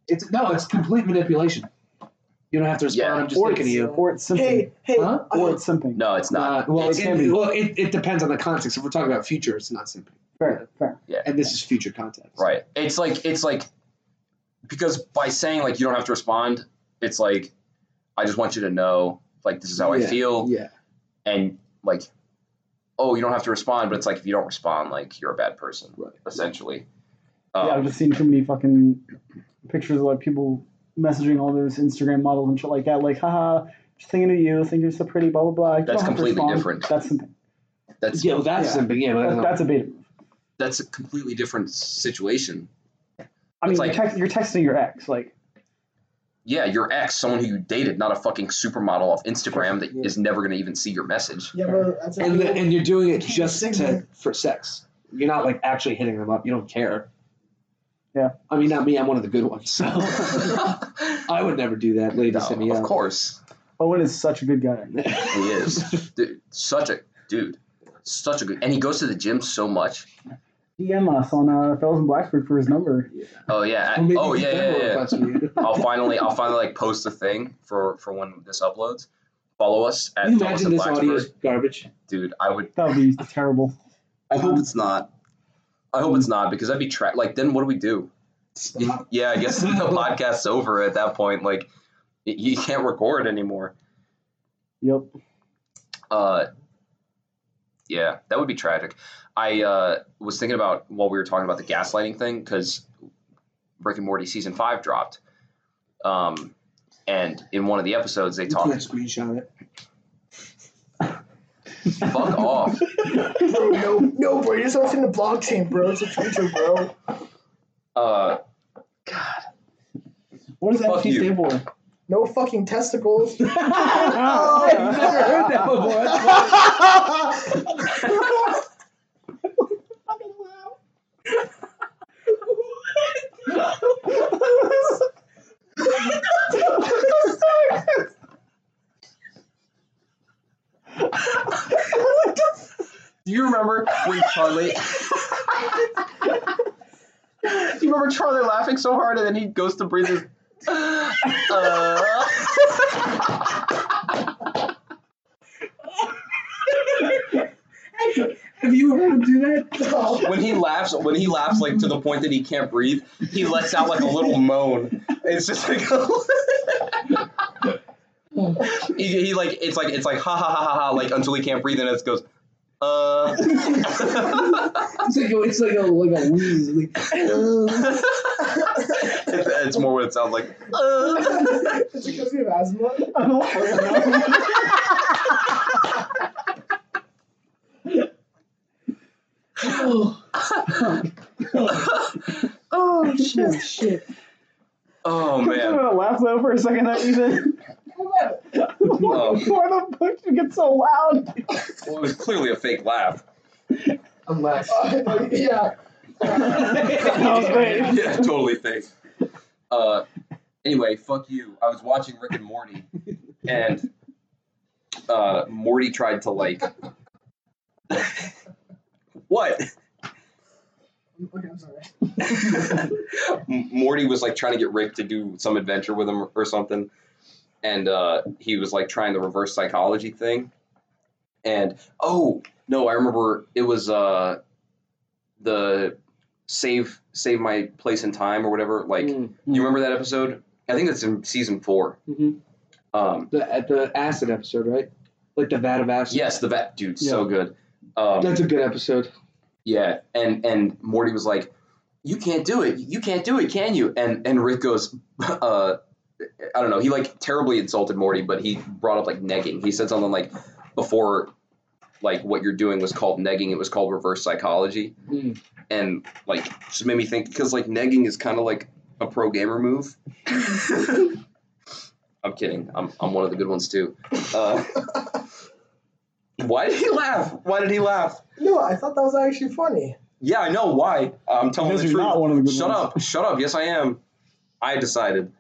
D: It's no, it's complete manipulation. You don't have to respond.
G: Yeah.
D: I'm just
C: Or
D: looking
C: it's,
D: at you.
C: or it's simping.
E: Hey, hey,
D: Huh?
E: I-
C: or it's simping.
G: uh, no, it's not.
D: Uh, well,
C: It can
D: it,
C: be.
D: well it, it depends on the context. If we're talking about future, it's not simply.
C: Fair, fair.
D: And this is future context.
G: Right. It's like it's like because by saying like you don't have to respond, it's like I just want you to know like this is how I
D: Yeah,
G: feel
D: Yeah.
G: and like oh you don't have to respond, but it's like if you don't respond, like you're a bad person.
D: Right.
G: Essentially.
C: yeah, I've
G: Um,
C: just seen too many fucking pictures of like people messaging all those Instagram models and shit like that. Like, haha, just thinking of you, think you're so pretty, blah blah blah. You
G: That's
C: don't have to
G: completely
C: respond.
G: different.
C: That's simping.
G: that's
D: yeah, well, that's
C: yeah.
D: simping. Yeah, but
C: That, that's a beta. move.
G: that's a completely different situation.
C: I mean,
G: It's
C: you're,
G: like-
C: text, you're texting your ex. Like,
G: Yeah, your ex, someone who you dated, not a fucking supermodel off Instagram that is never gonna even see your message.
E: yeah, bro, that's a
D: and, the- and you're doing it
E: Can't
D: just
E: sing
D: to,
E: that.
D: for sex. You're not like actually hitting them up. You don't care.
C: Yeah.
D: I mean, not me. I'm one of the good ones. So
G: no,
D: I would never do that. Ladies, hit me
G: of
D: up.
G: course.
C: Owen is such a good guy.
G: He is dude, such a dude, such a good, and he goes to the gym so much.
C: DM us on uh, Fellows in Blacksburg for his number.
G: Oh yeah,
D: Well, maybe
G: oh
D: you
G: yeah,
D: can
G: yeah, yeah.
D: request me.
G: I'll finally, I'll finally like post a thing for for when this uploads. Follow us at
D: Can you
G: Fellas
D: imagine
G: in
D: this
G: Blacksburg.
D: audio is garbage?
G: dude. I would.
C: That would be terrible.
G: I hope it's not. I hope it's not because that'd be tra- like. Then what do we do?
D: Stop.
G: Yeah, I guess the podcast's over at that point. Like, y- you can't record anymore.
C: Yep.
G: Uh, yeah, that would be tragic. I uh, was thinking about while we were talking about the gaslighting thing because Rick and Morty season five dropped, um, and in one of the episodes they
D: You can't
G: talked.
D: screenshot it.
G: Fuck off!
E: bro, no, no, bro, you're not in the blockchain, bro. It's a future, bro.
G: Uh,
C: What does
G: Fuck
C: NFT
G: you. Oh,
C: stand for?
E: No fucking testicles. Oh,
D: I've never heard that before. That's why-
G: do you remember when Charlie? do you remember Charlie laughing so hard and then he goes to breathe his? Uh,
D: Have you heard him do that?
E: No.
G: when he laughs, when he laughs like to the point that he can't breathe, he lets out like a little moan. It's just like he, he like it's like it's like ha ha ha ha ha like until he can't breathe and it just goes uh.
D: It's like a, it's like a like a wheeze. Like,
G: it's, it's more what it sounds like. Uh.
E: Is it because we have asthma?
G: Oh shit!
E: Oh, shit.
G: Oh
C: Can we talk
G: man!
C: about laugh though for a second, that even.
G: Um,
C: Why the fuck did you get so loud?
G: Well, it was clearly a fake laugh.
E: Unless. yeah.
C: That was great.
G: yeah, totally fake. Uh, anyway, fuck you. I was watching Rick and Morty, and uh, Morty tried to like. what?
E: Okay, I'm sorry.
G: M- Morty was like trying to get Rick to do some adventure with him or something, and uh, he was like trying the reverse psychology thing. And oh no, I remember it was uh, the save save my place in time or whatever. Like you remember that episode? I think it's in season four.
D: Mhm.
G: Um,
D: the at the acid episode, right? Like the vat of acid.
G: yes, the vet dude, so good. Um,
D: That's a good episode.
G: Yeah, and and Morty was like, "You can't do it. You can't do it, can you?" And and Rick goes, uh, "I don't know." He like terribly insulted Morty, but he brought up like negging. He said something like, "Before, like what you're doing was called negging. It was called reverse psychology."
D: Mm.
G: And like, just made me think because like negging is kind of like a pro gamer move. I'm kidding. I'm I'm one of the good ones too. Uh, why did he laugh? Why did he laugh?
E: No, I thought that was actually funny.
G: Yeah, I know why. I'm telling
C: Because
G: the
C: you're
G: truth.
C: not one of the good
G: Shut
C: ones.
G: up! Shut up! Yes, I am. I decided.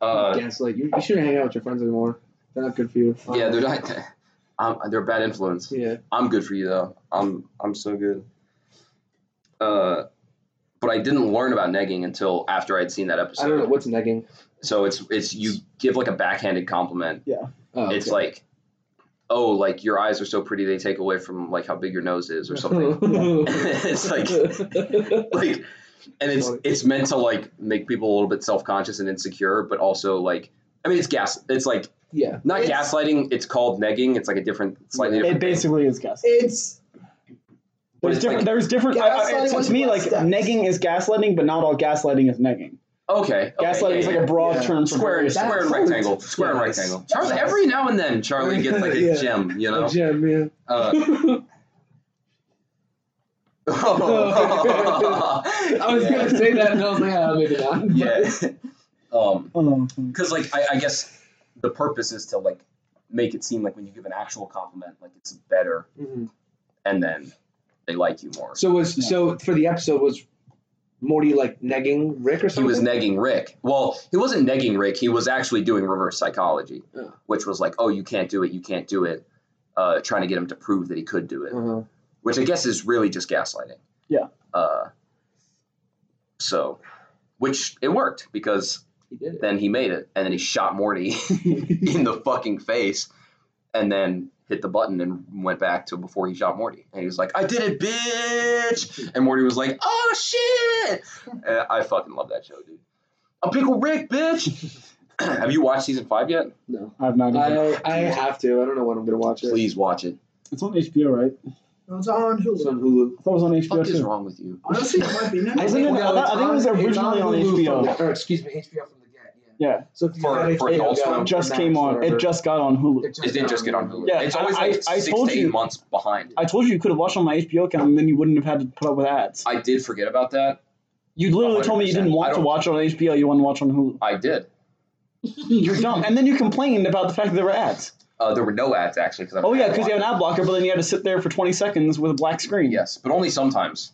G: Uh,
D: Gaslight. You, you shouldn't hang out with your friends anymore. They're not good for you.
G: yeah, dude. I, I'm, they're a bad influence.
D: Yeah.
G: I'm good for you though. I'm I'm so good. Uh, but I didn't learn about negging until after I'd seen that episode.
D: I don't know what's negging.
G: So it's it's you give like a backhanded compliment.
D: Oh,
G: It's like, oh, like your eyes are so pretty they take away from like how big your nose is or something. it's like like and it's it's meant to like make people a little bit self conscious and insecure, but also like I mean it's gas it's like
D: yeah.
G: not
E: It's-
G: gaslighting, it's called negging. It's like a different slightly
C: It
G: different thing.
C: basically is gas.
E: It's
G: But
C: There's
G: it's
C: different.
G: like-
C: there's different. I, I,
E: Gaslighting
C: it's-
E: was
C: to me,
E: one
C: like
E: step.
C: negging is gaslighting, but not all gaslighting is negging.
G: Okay. okay,
C: Gaslighting
G: yeah,
C: is like
G: yeah.
C: a broad
E: Yeah.
C: term for
G: square and
C: various-
E: That's
G: square and
E: hard.
G: rectangle. Square and
A: Yes.
G: rectangle. Charlie,
E: Yes.
G: every now and then Charlie gets like a
D: Yeah.
G: gem, you know.
D: Yeah, man.
G: Uh,
D: I was gonna say that, and I was like, ah, maybe not.
G: Oh. yeah. Um,
C: Oh,
G: because like I, I guess the purpose is to like make it seem like when you give an actual compliment, like it's better,
D: Mhm.
G: and then they like you more.
D: So was so for the episode was Morty like negging Rick or
G: he
D: something?
G: was negging Rick. Well, he wasn't negging Rick. He was actually doing reverse psychology,
D: Yeah.
G: which was like, "Oh, you can't do it. You can't do it." Uh, trying to get him to prove that he could do it.
D: Uh-huh.
G: which I guess is really just gaslighting.
C: Yeah.
G: Uh, so, which it worked because
D: He did it.
G: then he made it, and then he shot Morty in the fucking face, and then hit the button and went back to before he shot Morty, and he was like, "I did it, bitch!" And Morty was like, "Oh shit!" And I fucking love that show, dude. A pickle Rick, bitch. Have you watched season five yet?
C: I've not. Even,
D: I I have to. I don't know when I'm gonna watch it.
G: Please watch it.
C: it's on HBO, right?
E: it's on
D: It's
E: Hulu.
D: on Hulu.
C: I thought it was on HBO
G: What
C: too.
G: is wrong with you?
E: Honestly, it might be now.
C: Isn't it- I thought- I think it was originally on HBO.
D: From the, or excuse me, HBO from the get. Yeah.
C: Yeah.
D: So if you
G: For-
D: have
G: for
D: HBO,
G: adults,
D: go
G: it
D: on
C: just
D: Max
C: came
D: or
C: on.
D: whatever.
C: It just got on Hulu.
G: It did just get on Hulu.
D: Yeah.
C: Yeah,
G: it's always
C: I-
G: like
C: I- I
G: six
C: told
G: to eight
C: you.
G: months behind.
C: I told you you could have watched on my HBO account, and then you wouldn't have had to put up with ads.
G: I did forget about that.
C: You literally told me you
G: 100%.
C: didn't
G: Oh, I
C: want to
G: don't-
C: watch on HBO. You wanted to watch on Hulu.
G: I did.
C: You're dumb. And then you complained about the fact that there were ads.
G: Uh, there were no ads actually. Cause I'm
C: Oh yeah, because you have an ad blocker, but then you had to sit there for 20 seconds with a black screen.
G: Yes, but only sometimes.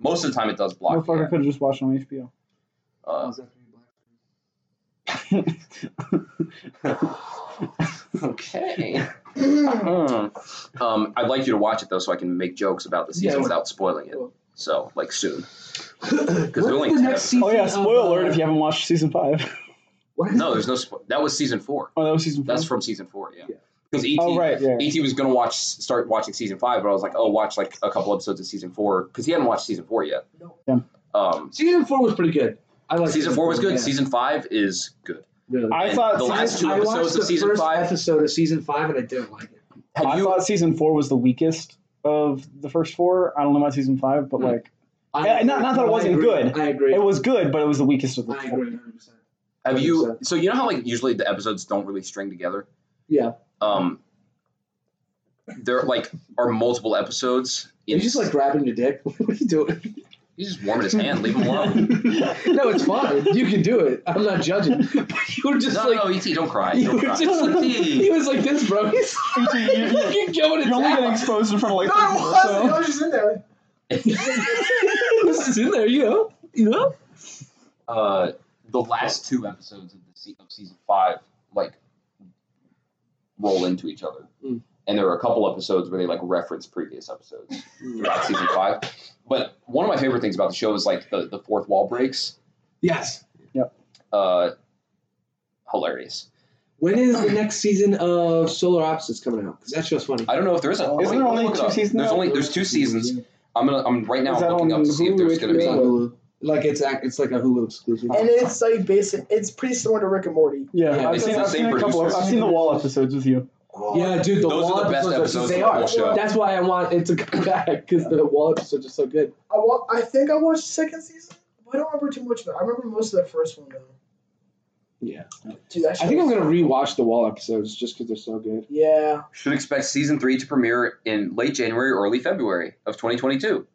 G: Most of the time, it does block. the
C: Motherfucker
G: ad.
C: could have just watched on HBO.
G: Uh, okay. hmm. um, I'd like you to watch it though, so I can make jokes about the season
D: Yeah.
G: without spoiling it.
D: Cool.
G: So, like soon.
D: Because
G: they're only
D: the
G: ten
D: next season.
G: episodes.
C: oh yeah,
D: of,
C: spoiler alert
D: uh,
C: if you haven't watched season five.
D: What is
G: No, there's no. Spo- that was season four.
C: oh, that was season four.
G: That's from season four. Yeah.
D: Mhm.
G: E
D: Yeah.
G: Because ET,
C: oh right, yeah.
G: ET was gonna watch, start watching season five, but I was like, oh, watch like a couple episodes of season four because he hadn't watched season four yet.
D: No.
C: Yeah.
G: Um,
D: Season four was pretty good. I like
G: season four was good.
D: Yeah,
G: Season five is good.
D: really.
C: I
G: And
C: thought
G: the
C: season-
G: last two
D: I watched
G: episodes
D: the
G: of season
D: first
G: five.
D: episode of season five, and I didn't like it.
G: Have
C: I
G: you?
C: thought season four was the weakest of the first four. I don't know about season five, but
G: Hmm.
C: like Yeah, not- not that it
D: I
C: wasn't
D: agree.
C: good.
D: I agree.
C: it was good, but it was the weakest of the
D: I
C: four.
D: agree. 100%.
G: Have you? So you know how like usually the episodes don't really string together.
D: Yeah.
G: Um, there like are multiple episodes.
D: You just like grabbing your dick. what are you doing?
G: he's just warming his hand. Leave him alone.
D: no, it's fine. You can do it. I'm not judging. But you were just
G: no,
D: like,
G: no, Et, don't cry.
D: you
G: Don't
D: were
G: cry. E
D: just like, he was like this, bro. He's fucking going to
C: You're only getting
D: town.
C: exposed in front of like
E: No, it
C: three people,
E: wasn't.
C: so-
E: I was just in there.
D: This is in there, you know. You know.
G: uh, the last two episodes of the se- of season five like roll into each other,
D: Mm.
G: and there are a couple episodes where they like reference previous episodes throughout season five. But one of my favorite things about the show is like the, the fourth wall breaks.
D: Yes.
G: Uh, hilarious.
D: When is the next season of Solar Opposites coming out? Because that show's funny.
G: I don't know if there's a.
C: Isn't
G: wait,
C: there
G: let me
C: only
G: look it
C: two
G: up.
C: seasons
G: There's
C: now?
G: only there's two seasons. I'm gonna. I'm right now
C: Is that
G: looking up
C: on
G: to see if there's
C: Hulu,
G: gonna be.
C: HBO?
D: Hulu. Like it's act- it's like a Hulu exclusive.
E: And it's like basic. It's pretty similar to Rick and Morty.
C: Yeah,
D: Yeah,
C: I've
G: it's
C: seen,
G: the
C: I've seen
G: same
C: a couple. Of,
G: producers.
C: I've seen the wall episodes with you.
E: Oh,
D: Yeah, dude, the
G: Those
D: wall
G: are the best episodes
D: They
G: of the
D: are.
G: whole show.
D: That's why I want it to come back because the wall episodes are so good.
E: I, wa- I think I watched the second season. but I don't remember too much of it. I remember most of the first one though.
D: Yeah.
E: Dude, that
D: I think I'm gonna rewatch the wall episodes just because they're so good.
E: Yeah.
G: Should expect season three to premiere in late January, early February of 2022.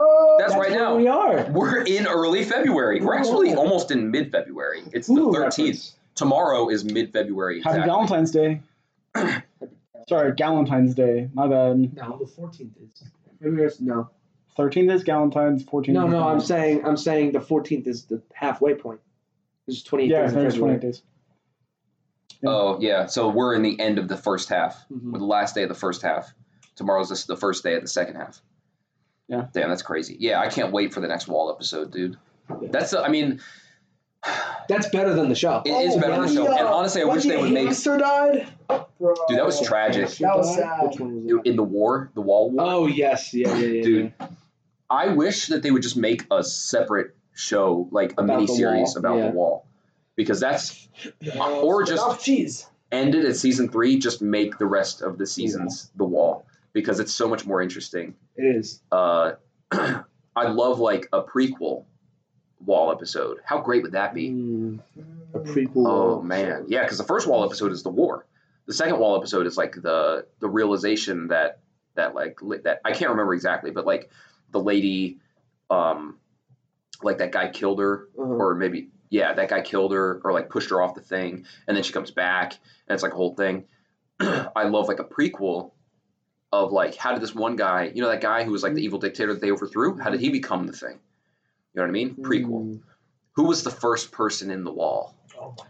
E: Oh,
G: That's right
D: where
G: now.
D: we are.
G: We're in early February. We're actually
D: Whoa.
G: almost in mid February. It's the
D: Hulu
G: 13th.
D: reference.
G: Tomorrow is mid February.
C: Happy Valentine's Day. Sorry, Galentine's Day. My bad.
D: No, the 14th is. Maybe it's no.
C: 13th is Galentine's.
D: No,
C: 14th. is
D: no. I'm
C: Valentine's.
D: saying I'm saying the 14th is the halfway point. It's 28
C: Yeah,
D: days in
C: there's 20
D: February.
C: days.
G: Oh yeah, so we're in the end of the first half.
D: Mhm.
G: We're the last day of the first half. Tomorrow's just the first day of the second half.
C: Yeah.
G: Damn, that's crazy. Yeah, I can't wait for the next Wall episode, dude. That's the, I mean,
D: That's better than the show.
G: it is
E: Oh,
G: better than the
E: yeah.
G: show. And honestly, I
E: When
G: wish
E: the
G: they would make
E: hamster died. Bro.
G: dude. That
C: Oh,
G: was tragic
E: That was sad.
D: Which one was it?
G: in the war, the Wall War.
D: Oh yes, yeah, yeah, yeah.
G: Dude, I wish that they would just make a separate show, like a
D: About
G: mini
D: the
G: series
D: wall,
G: about
D: yeah.
G: the Wall, because that's
E: Yeah.
G: Or just-
E: oh, jeez.
G: ended at season three. Just make the rest of the seasons the Wall because it's so much more interesting.
D: yeah. it is.
G: uh, I'd love like a prequel wall episode. How great would that be?
D: Mm, a prequel.
G: Oh man, yeah, because the first wall episode is the war. The second wall episode is like the the realization that that like li- that I can't remember exactly, but like the lady, um, like that guy killed her,
D: Uh-huh.
G: or maybe yeah, that guy killed her, or like pushed her off the thing, and then she comes back, and it's like a whole thing. I love like a prequel of like how did this one guy, you know, that guy who was like the evil dictator that they overthrew, how did he become the thing? You know what I mean? Prequel.
D: Mm.
G: Who was the first person in the wall?
E: Oh my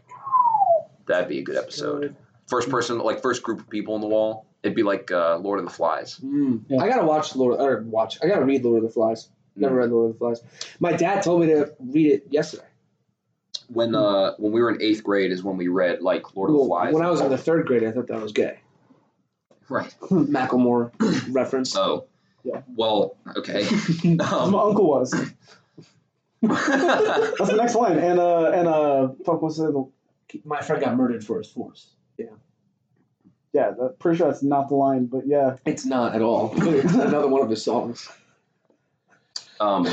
G: That'd be a good episode. First person, like first group of people in the wall. It'd be like uh, Lord of the Flies.
D: Mm.
C: Yeah.
D: I gotta watch Lord or watch. I gotta read Lord of the Flies.
G: Mm.
D: Never read Lord of the Flies. My dad told me to read it yesterday.
G: When
D: Mm.
G: uh, when we were in eighth grade is when we read like Lord of the
D: Well,
G: Flies.
D: when I was in the third grade, I thought that was gay.
G: right.
D: Macklemore reference.
G: Oh.
D: Yeah.
G: Well, okay.
C: That's my
G: um,
C: uncle was. That's the next line. And uh, and uh, fuck, what's the other-
D: My friend got murdered for his force.
C: yeah? That, pretty sure that's not the line, but yeah.
D: It's not at all. but it's another one of his songs.
G: um,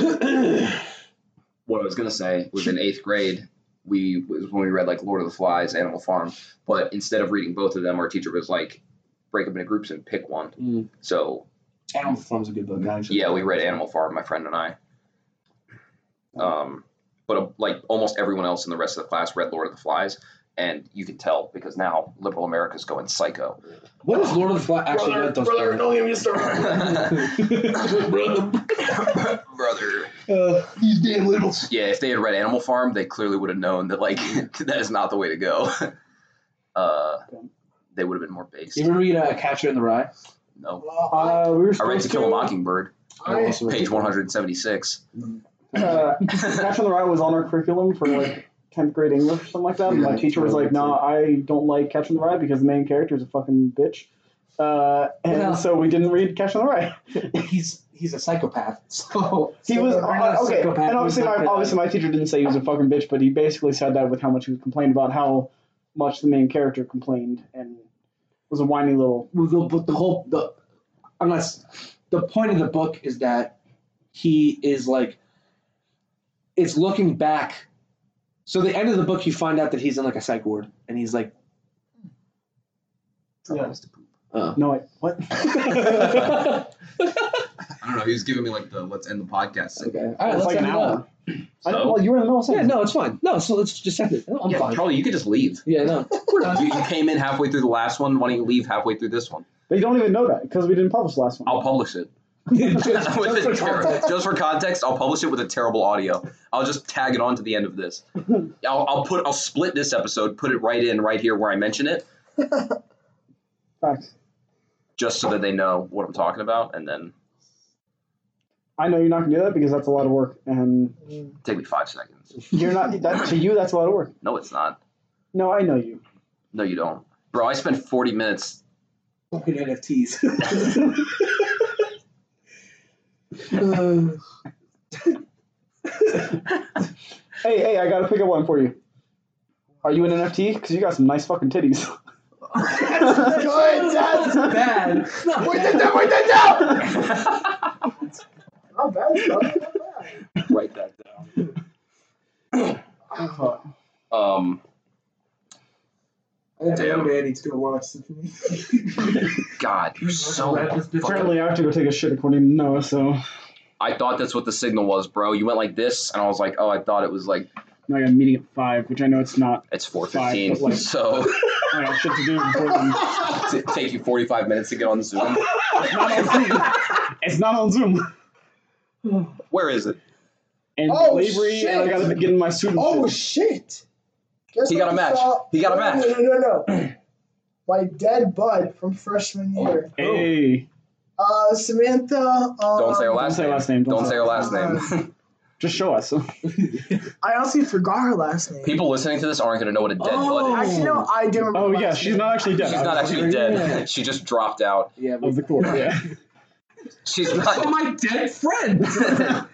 G: what I was gonna say was in eighth grade, we was when we read like Lord of the Flies, Animal Farm. But instead of reading both of them, our teacher was like, break them into groups and pick one.
D: Mm.
G: So
D: Animal Farm's a good book, actually.
G: yeah, we read Animal Farm, my friend and I. Um, but uh, like almost everyone else in the rest of the class read Lord of the Flies, and you can tell because now liberal America's going psycho.
D: What is Lord of the Flies? Actually,
E: brother,
D: that does
E: brother, don't get me started.
G: Brother.
E: Uh, you damn little.
G: yeah, if they had read Animal Farm, they clearly would have known that like that is not the way to go. Uh, they would have been more based.
D: You ever read uh, Catcher in the Rye?
G: No,
E: Uh,
C: Uh, we were
G: I read
C: supposed
G: To Kill a Mockingbird,
E: I,
D: also
G: page one hundred seventy-six.
C: Uh, Catch on the Rye was on our curriculum for like tenth grade English or something like that. And my teacher was like, "No, nah, I don't like Catch on the Rye because the main character is a fucking bitch," uh, and
D: Well-
C: so we didn't read Catch on the Rye.
D: he's he's a psychopath. So
C: He was
D: We're not
C: uh, okay, and
D: psychopaths,
C: obviously,
D: we're not
C: my,
D: gonna-
C: obviously, my teacher didn't say he was a fucking bitch, but he basically said that with how much he complained about how much the main character complained and was a whiny little.
D: Well, the, but the whole the unless the point of the book is that he is like it's looking back. So the end of the book, you find out that he's in like a psych ward, and he's like,
C: Yeah.
D: uh.
C: No, wait, what?
G: I don't know. He was giving me like the let's end the podcast.
D: okay, all right, let's
C: it's like an
D: end it
C: hour.
D: up.
C: I don't-
G: So?
C: well, you were in the middle of
D: Yeah,
C: saying
D: no, it's fine. No, so let's just end it. No, I'm
G: yeah,
D: fine.
G: Charlie, you could just leave.
D: Yeah, no.
G: You, you came in halfway through the last one. Why don't you leave halfway through this one?
C: but you don't even know that because we didn't publish the last one.
G: I'll publish it.
D: Just-
G: With
D: just
G: a
D: for
G: ter-
D: context.
G: just for context, I'll publish it with a terrible audio. I'll just tag it on to the end of this. I'll, I'll put I'll split this episode, put it right in right here where I mention it,
C: Facts.
G: just so that they know what I'm talking about, and then
C: I know you're not gonna do that because that's a lot of work, and
G: take me five seconds.
C: you're not. That to you, that's a lot of work.
G: No, it's not.
C: No, I know you.
G: No, you don't, bro. I spent 40 minutes.
D: Fucking NFTs.
C: Hey, hey, I gotta pick up one for you. Are you an NFT? Because you got some nice fucking titties.
E: that's good. That's
D: Uh, bad. It's not
E: point
D: bad.
E: that down. Point that down. Not bad. Not bad.
G: Write that down. Um,
D: I have
G: Damn.
D: anime I need to go watch.
G: God, you're so. Fucking,
C: Apparently, I have to go take a shit according to Noah. So
G: I thought that's what the signal was, bro. You went like this, and I was like, oh, I thought it was like
C: now I got a meeting at five, which I know it's not.
G: it's
C: Five, but
G: 4:15.
C: like-
G: So
C: I got shit to do before then.
G: t- take you 45 minutes to get on Zoom.
C: It's not on Zoom. It's not on Zoom.
G: Where is it?
C: And
E: Oh,
C: slavery, and I
E: shit.
C: gotta get in my suit. and
E: Oh
C: shit.
E: shit. Guess
G: He got
E: what I
G: a match.
E: saw?
G: He got a
E: No,
G: match.
E: No, no, no. no. My dead bud from
G: Oh.
E: freshman year.
C: Hey,
E: Uh, Samantha. Um,
G: Don't say her
C: don't
G: last
C: say
G: name.
C: last name. Don't,
G: Don't say her last
E: Uh,
G: name.
C: Just show us.
E: I honestly forgot her last name.
G: People listening to this aren't going to know what a dead
E: Oh,
G: bud is.
E: actually, no, I do remember.
C: Oh
E: her
C: yeah,
E: last
C: she's
E: name.
C: not actually dead.
G: She's
C: I
G: not
C: was
G: actually
C: like,
G: dead. She just dropped out.
D: Yeah,
C: Of
D: we,
C: the court. Yeah.
G: She's
A: Oh,
G: not
A: my dead friend.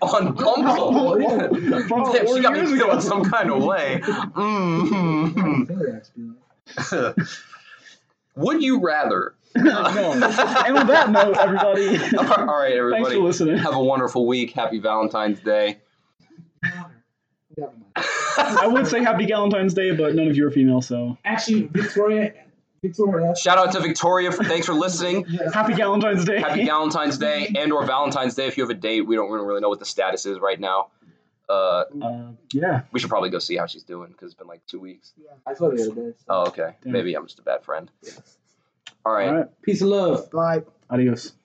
G: on Bumble.
C: From
G: Oh, Damn,
C: four
G: she got me
C: years ago.
G: feeling some kind of way. Mm-hmm. Would you rather?
C: No. And with that note, everybody,
G: All right,
C: thanks for
G: everybody.
C: listening.
G: Have a wonderful week. Happy Valentine's Day.
D: never mind.
C: I would say Happy Valentine's Day, but none of you are female, so
E: Actually, Victoria. Victoria.
G: Shout out to Victoria. For, thanks for listening.
C: Happy Valentine's Day.
G: Happy Valentine's Day and or Valentine's Day if you have a date. We don't, we don't really know what the status is right now. Uh,
C: uh, yeah.
G: we should probably go see how she's doing because it's been like two weeks.
D: I told you the other day. so.
G: Oh, okay.
C: Yeah.
G: Maybe I'm just a bad friend. All right.
C: All right.
D: Peace and love.
E: Bye.
C: Adios.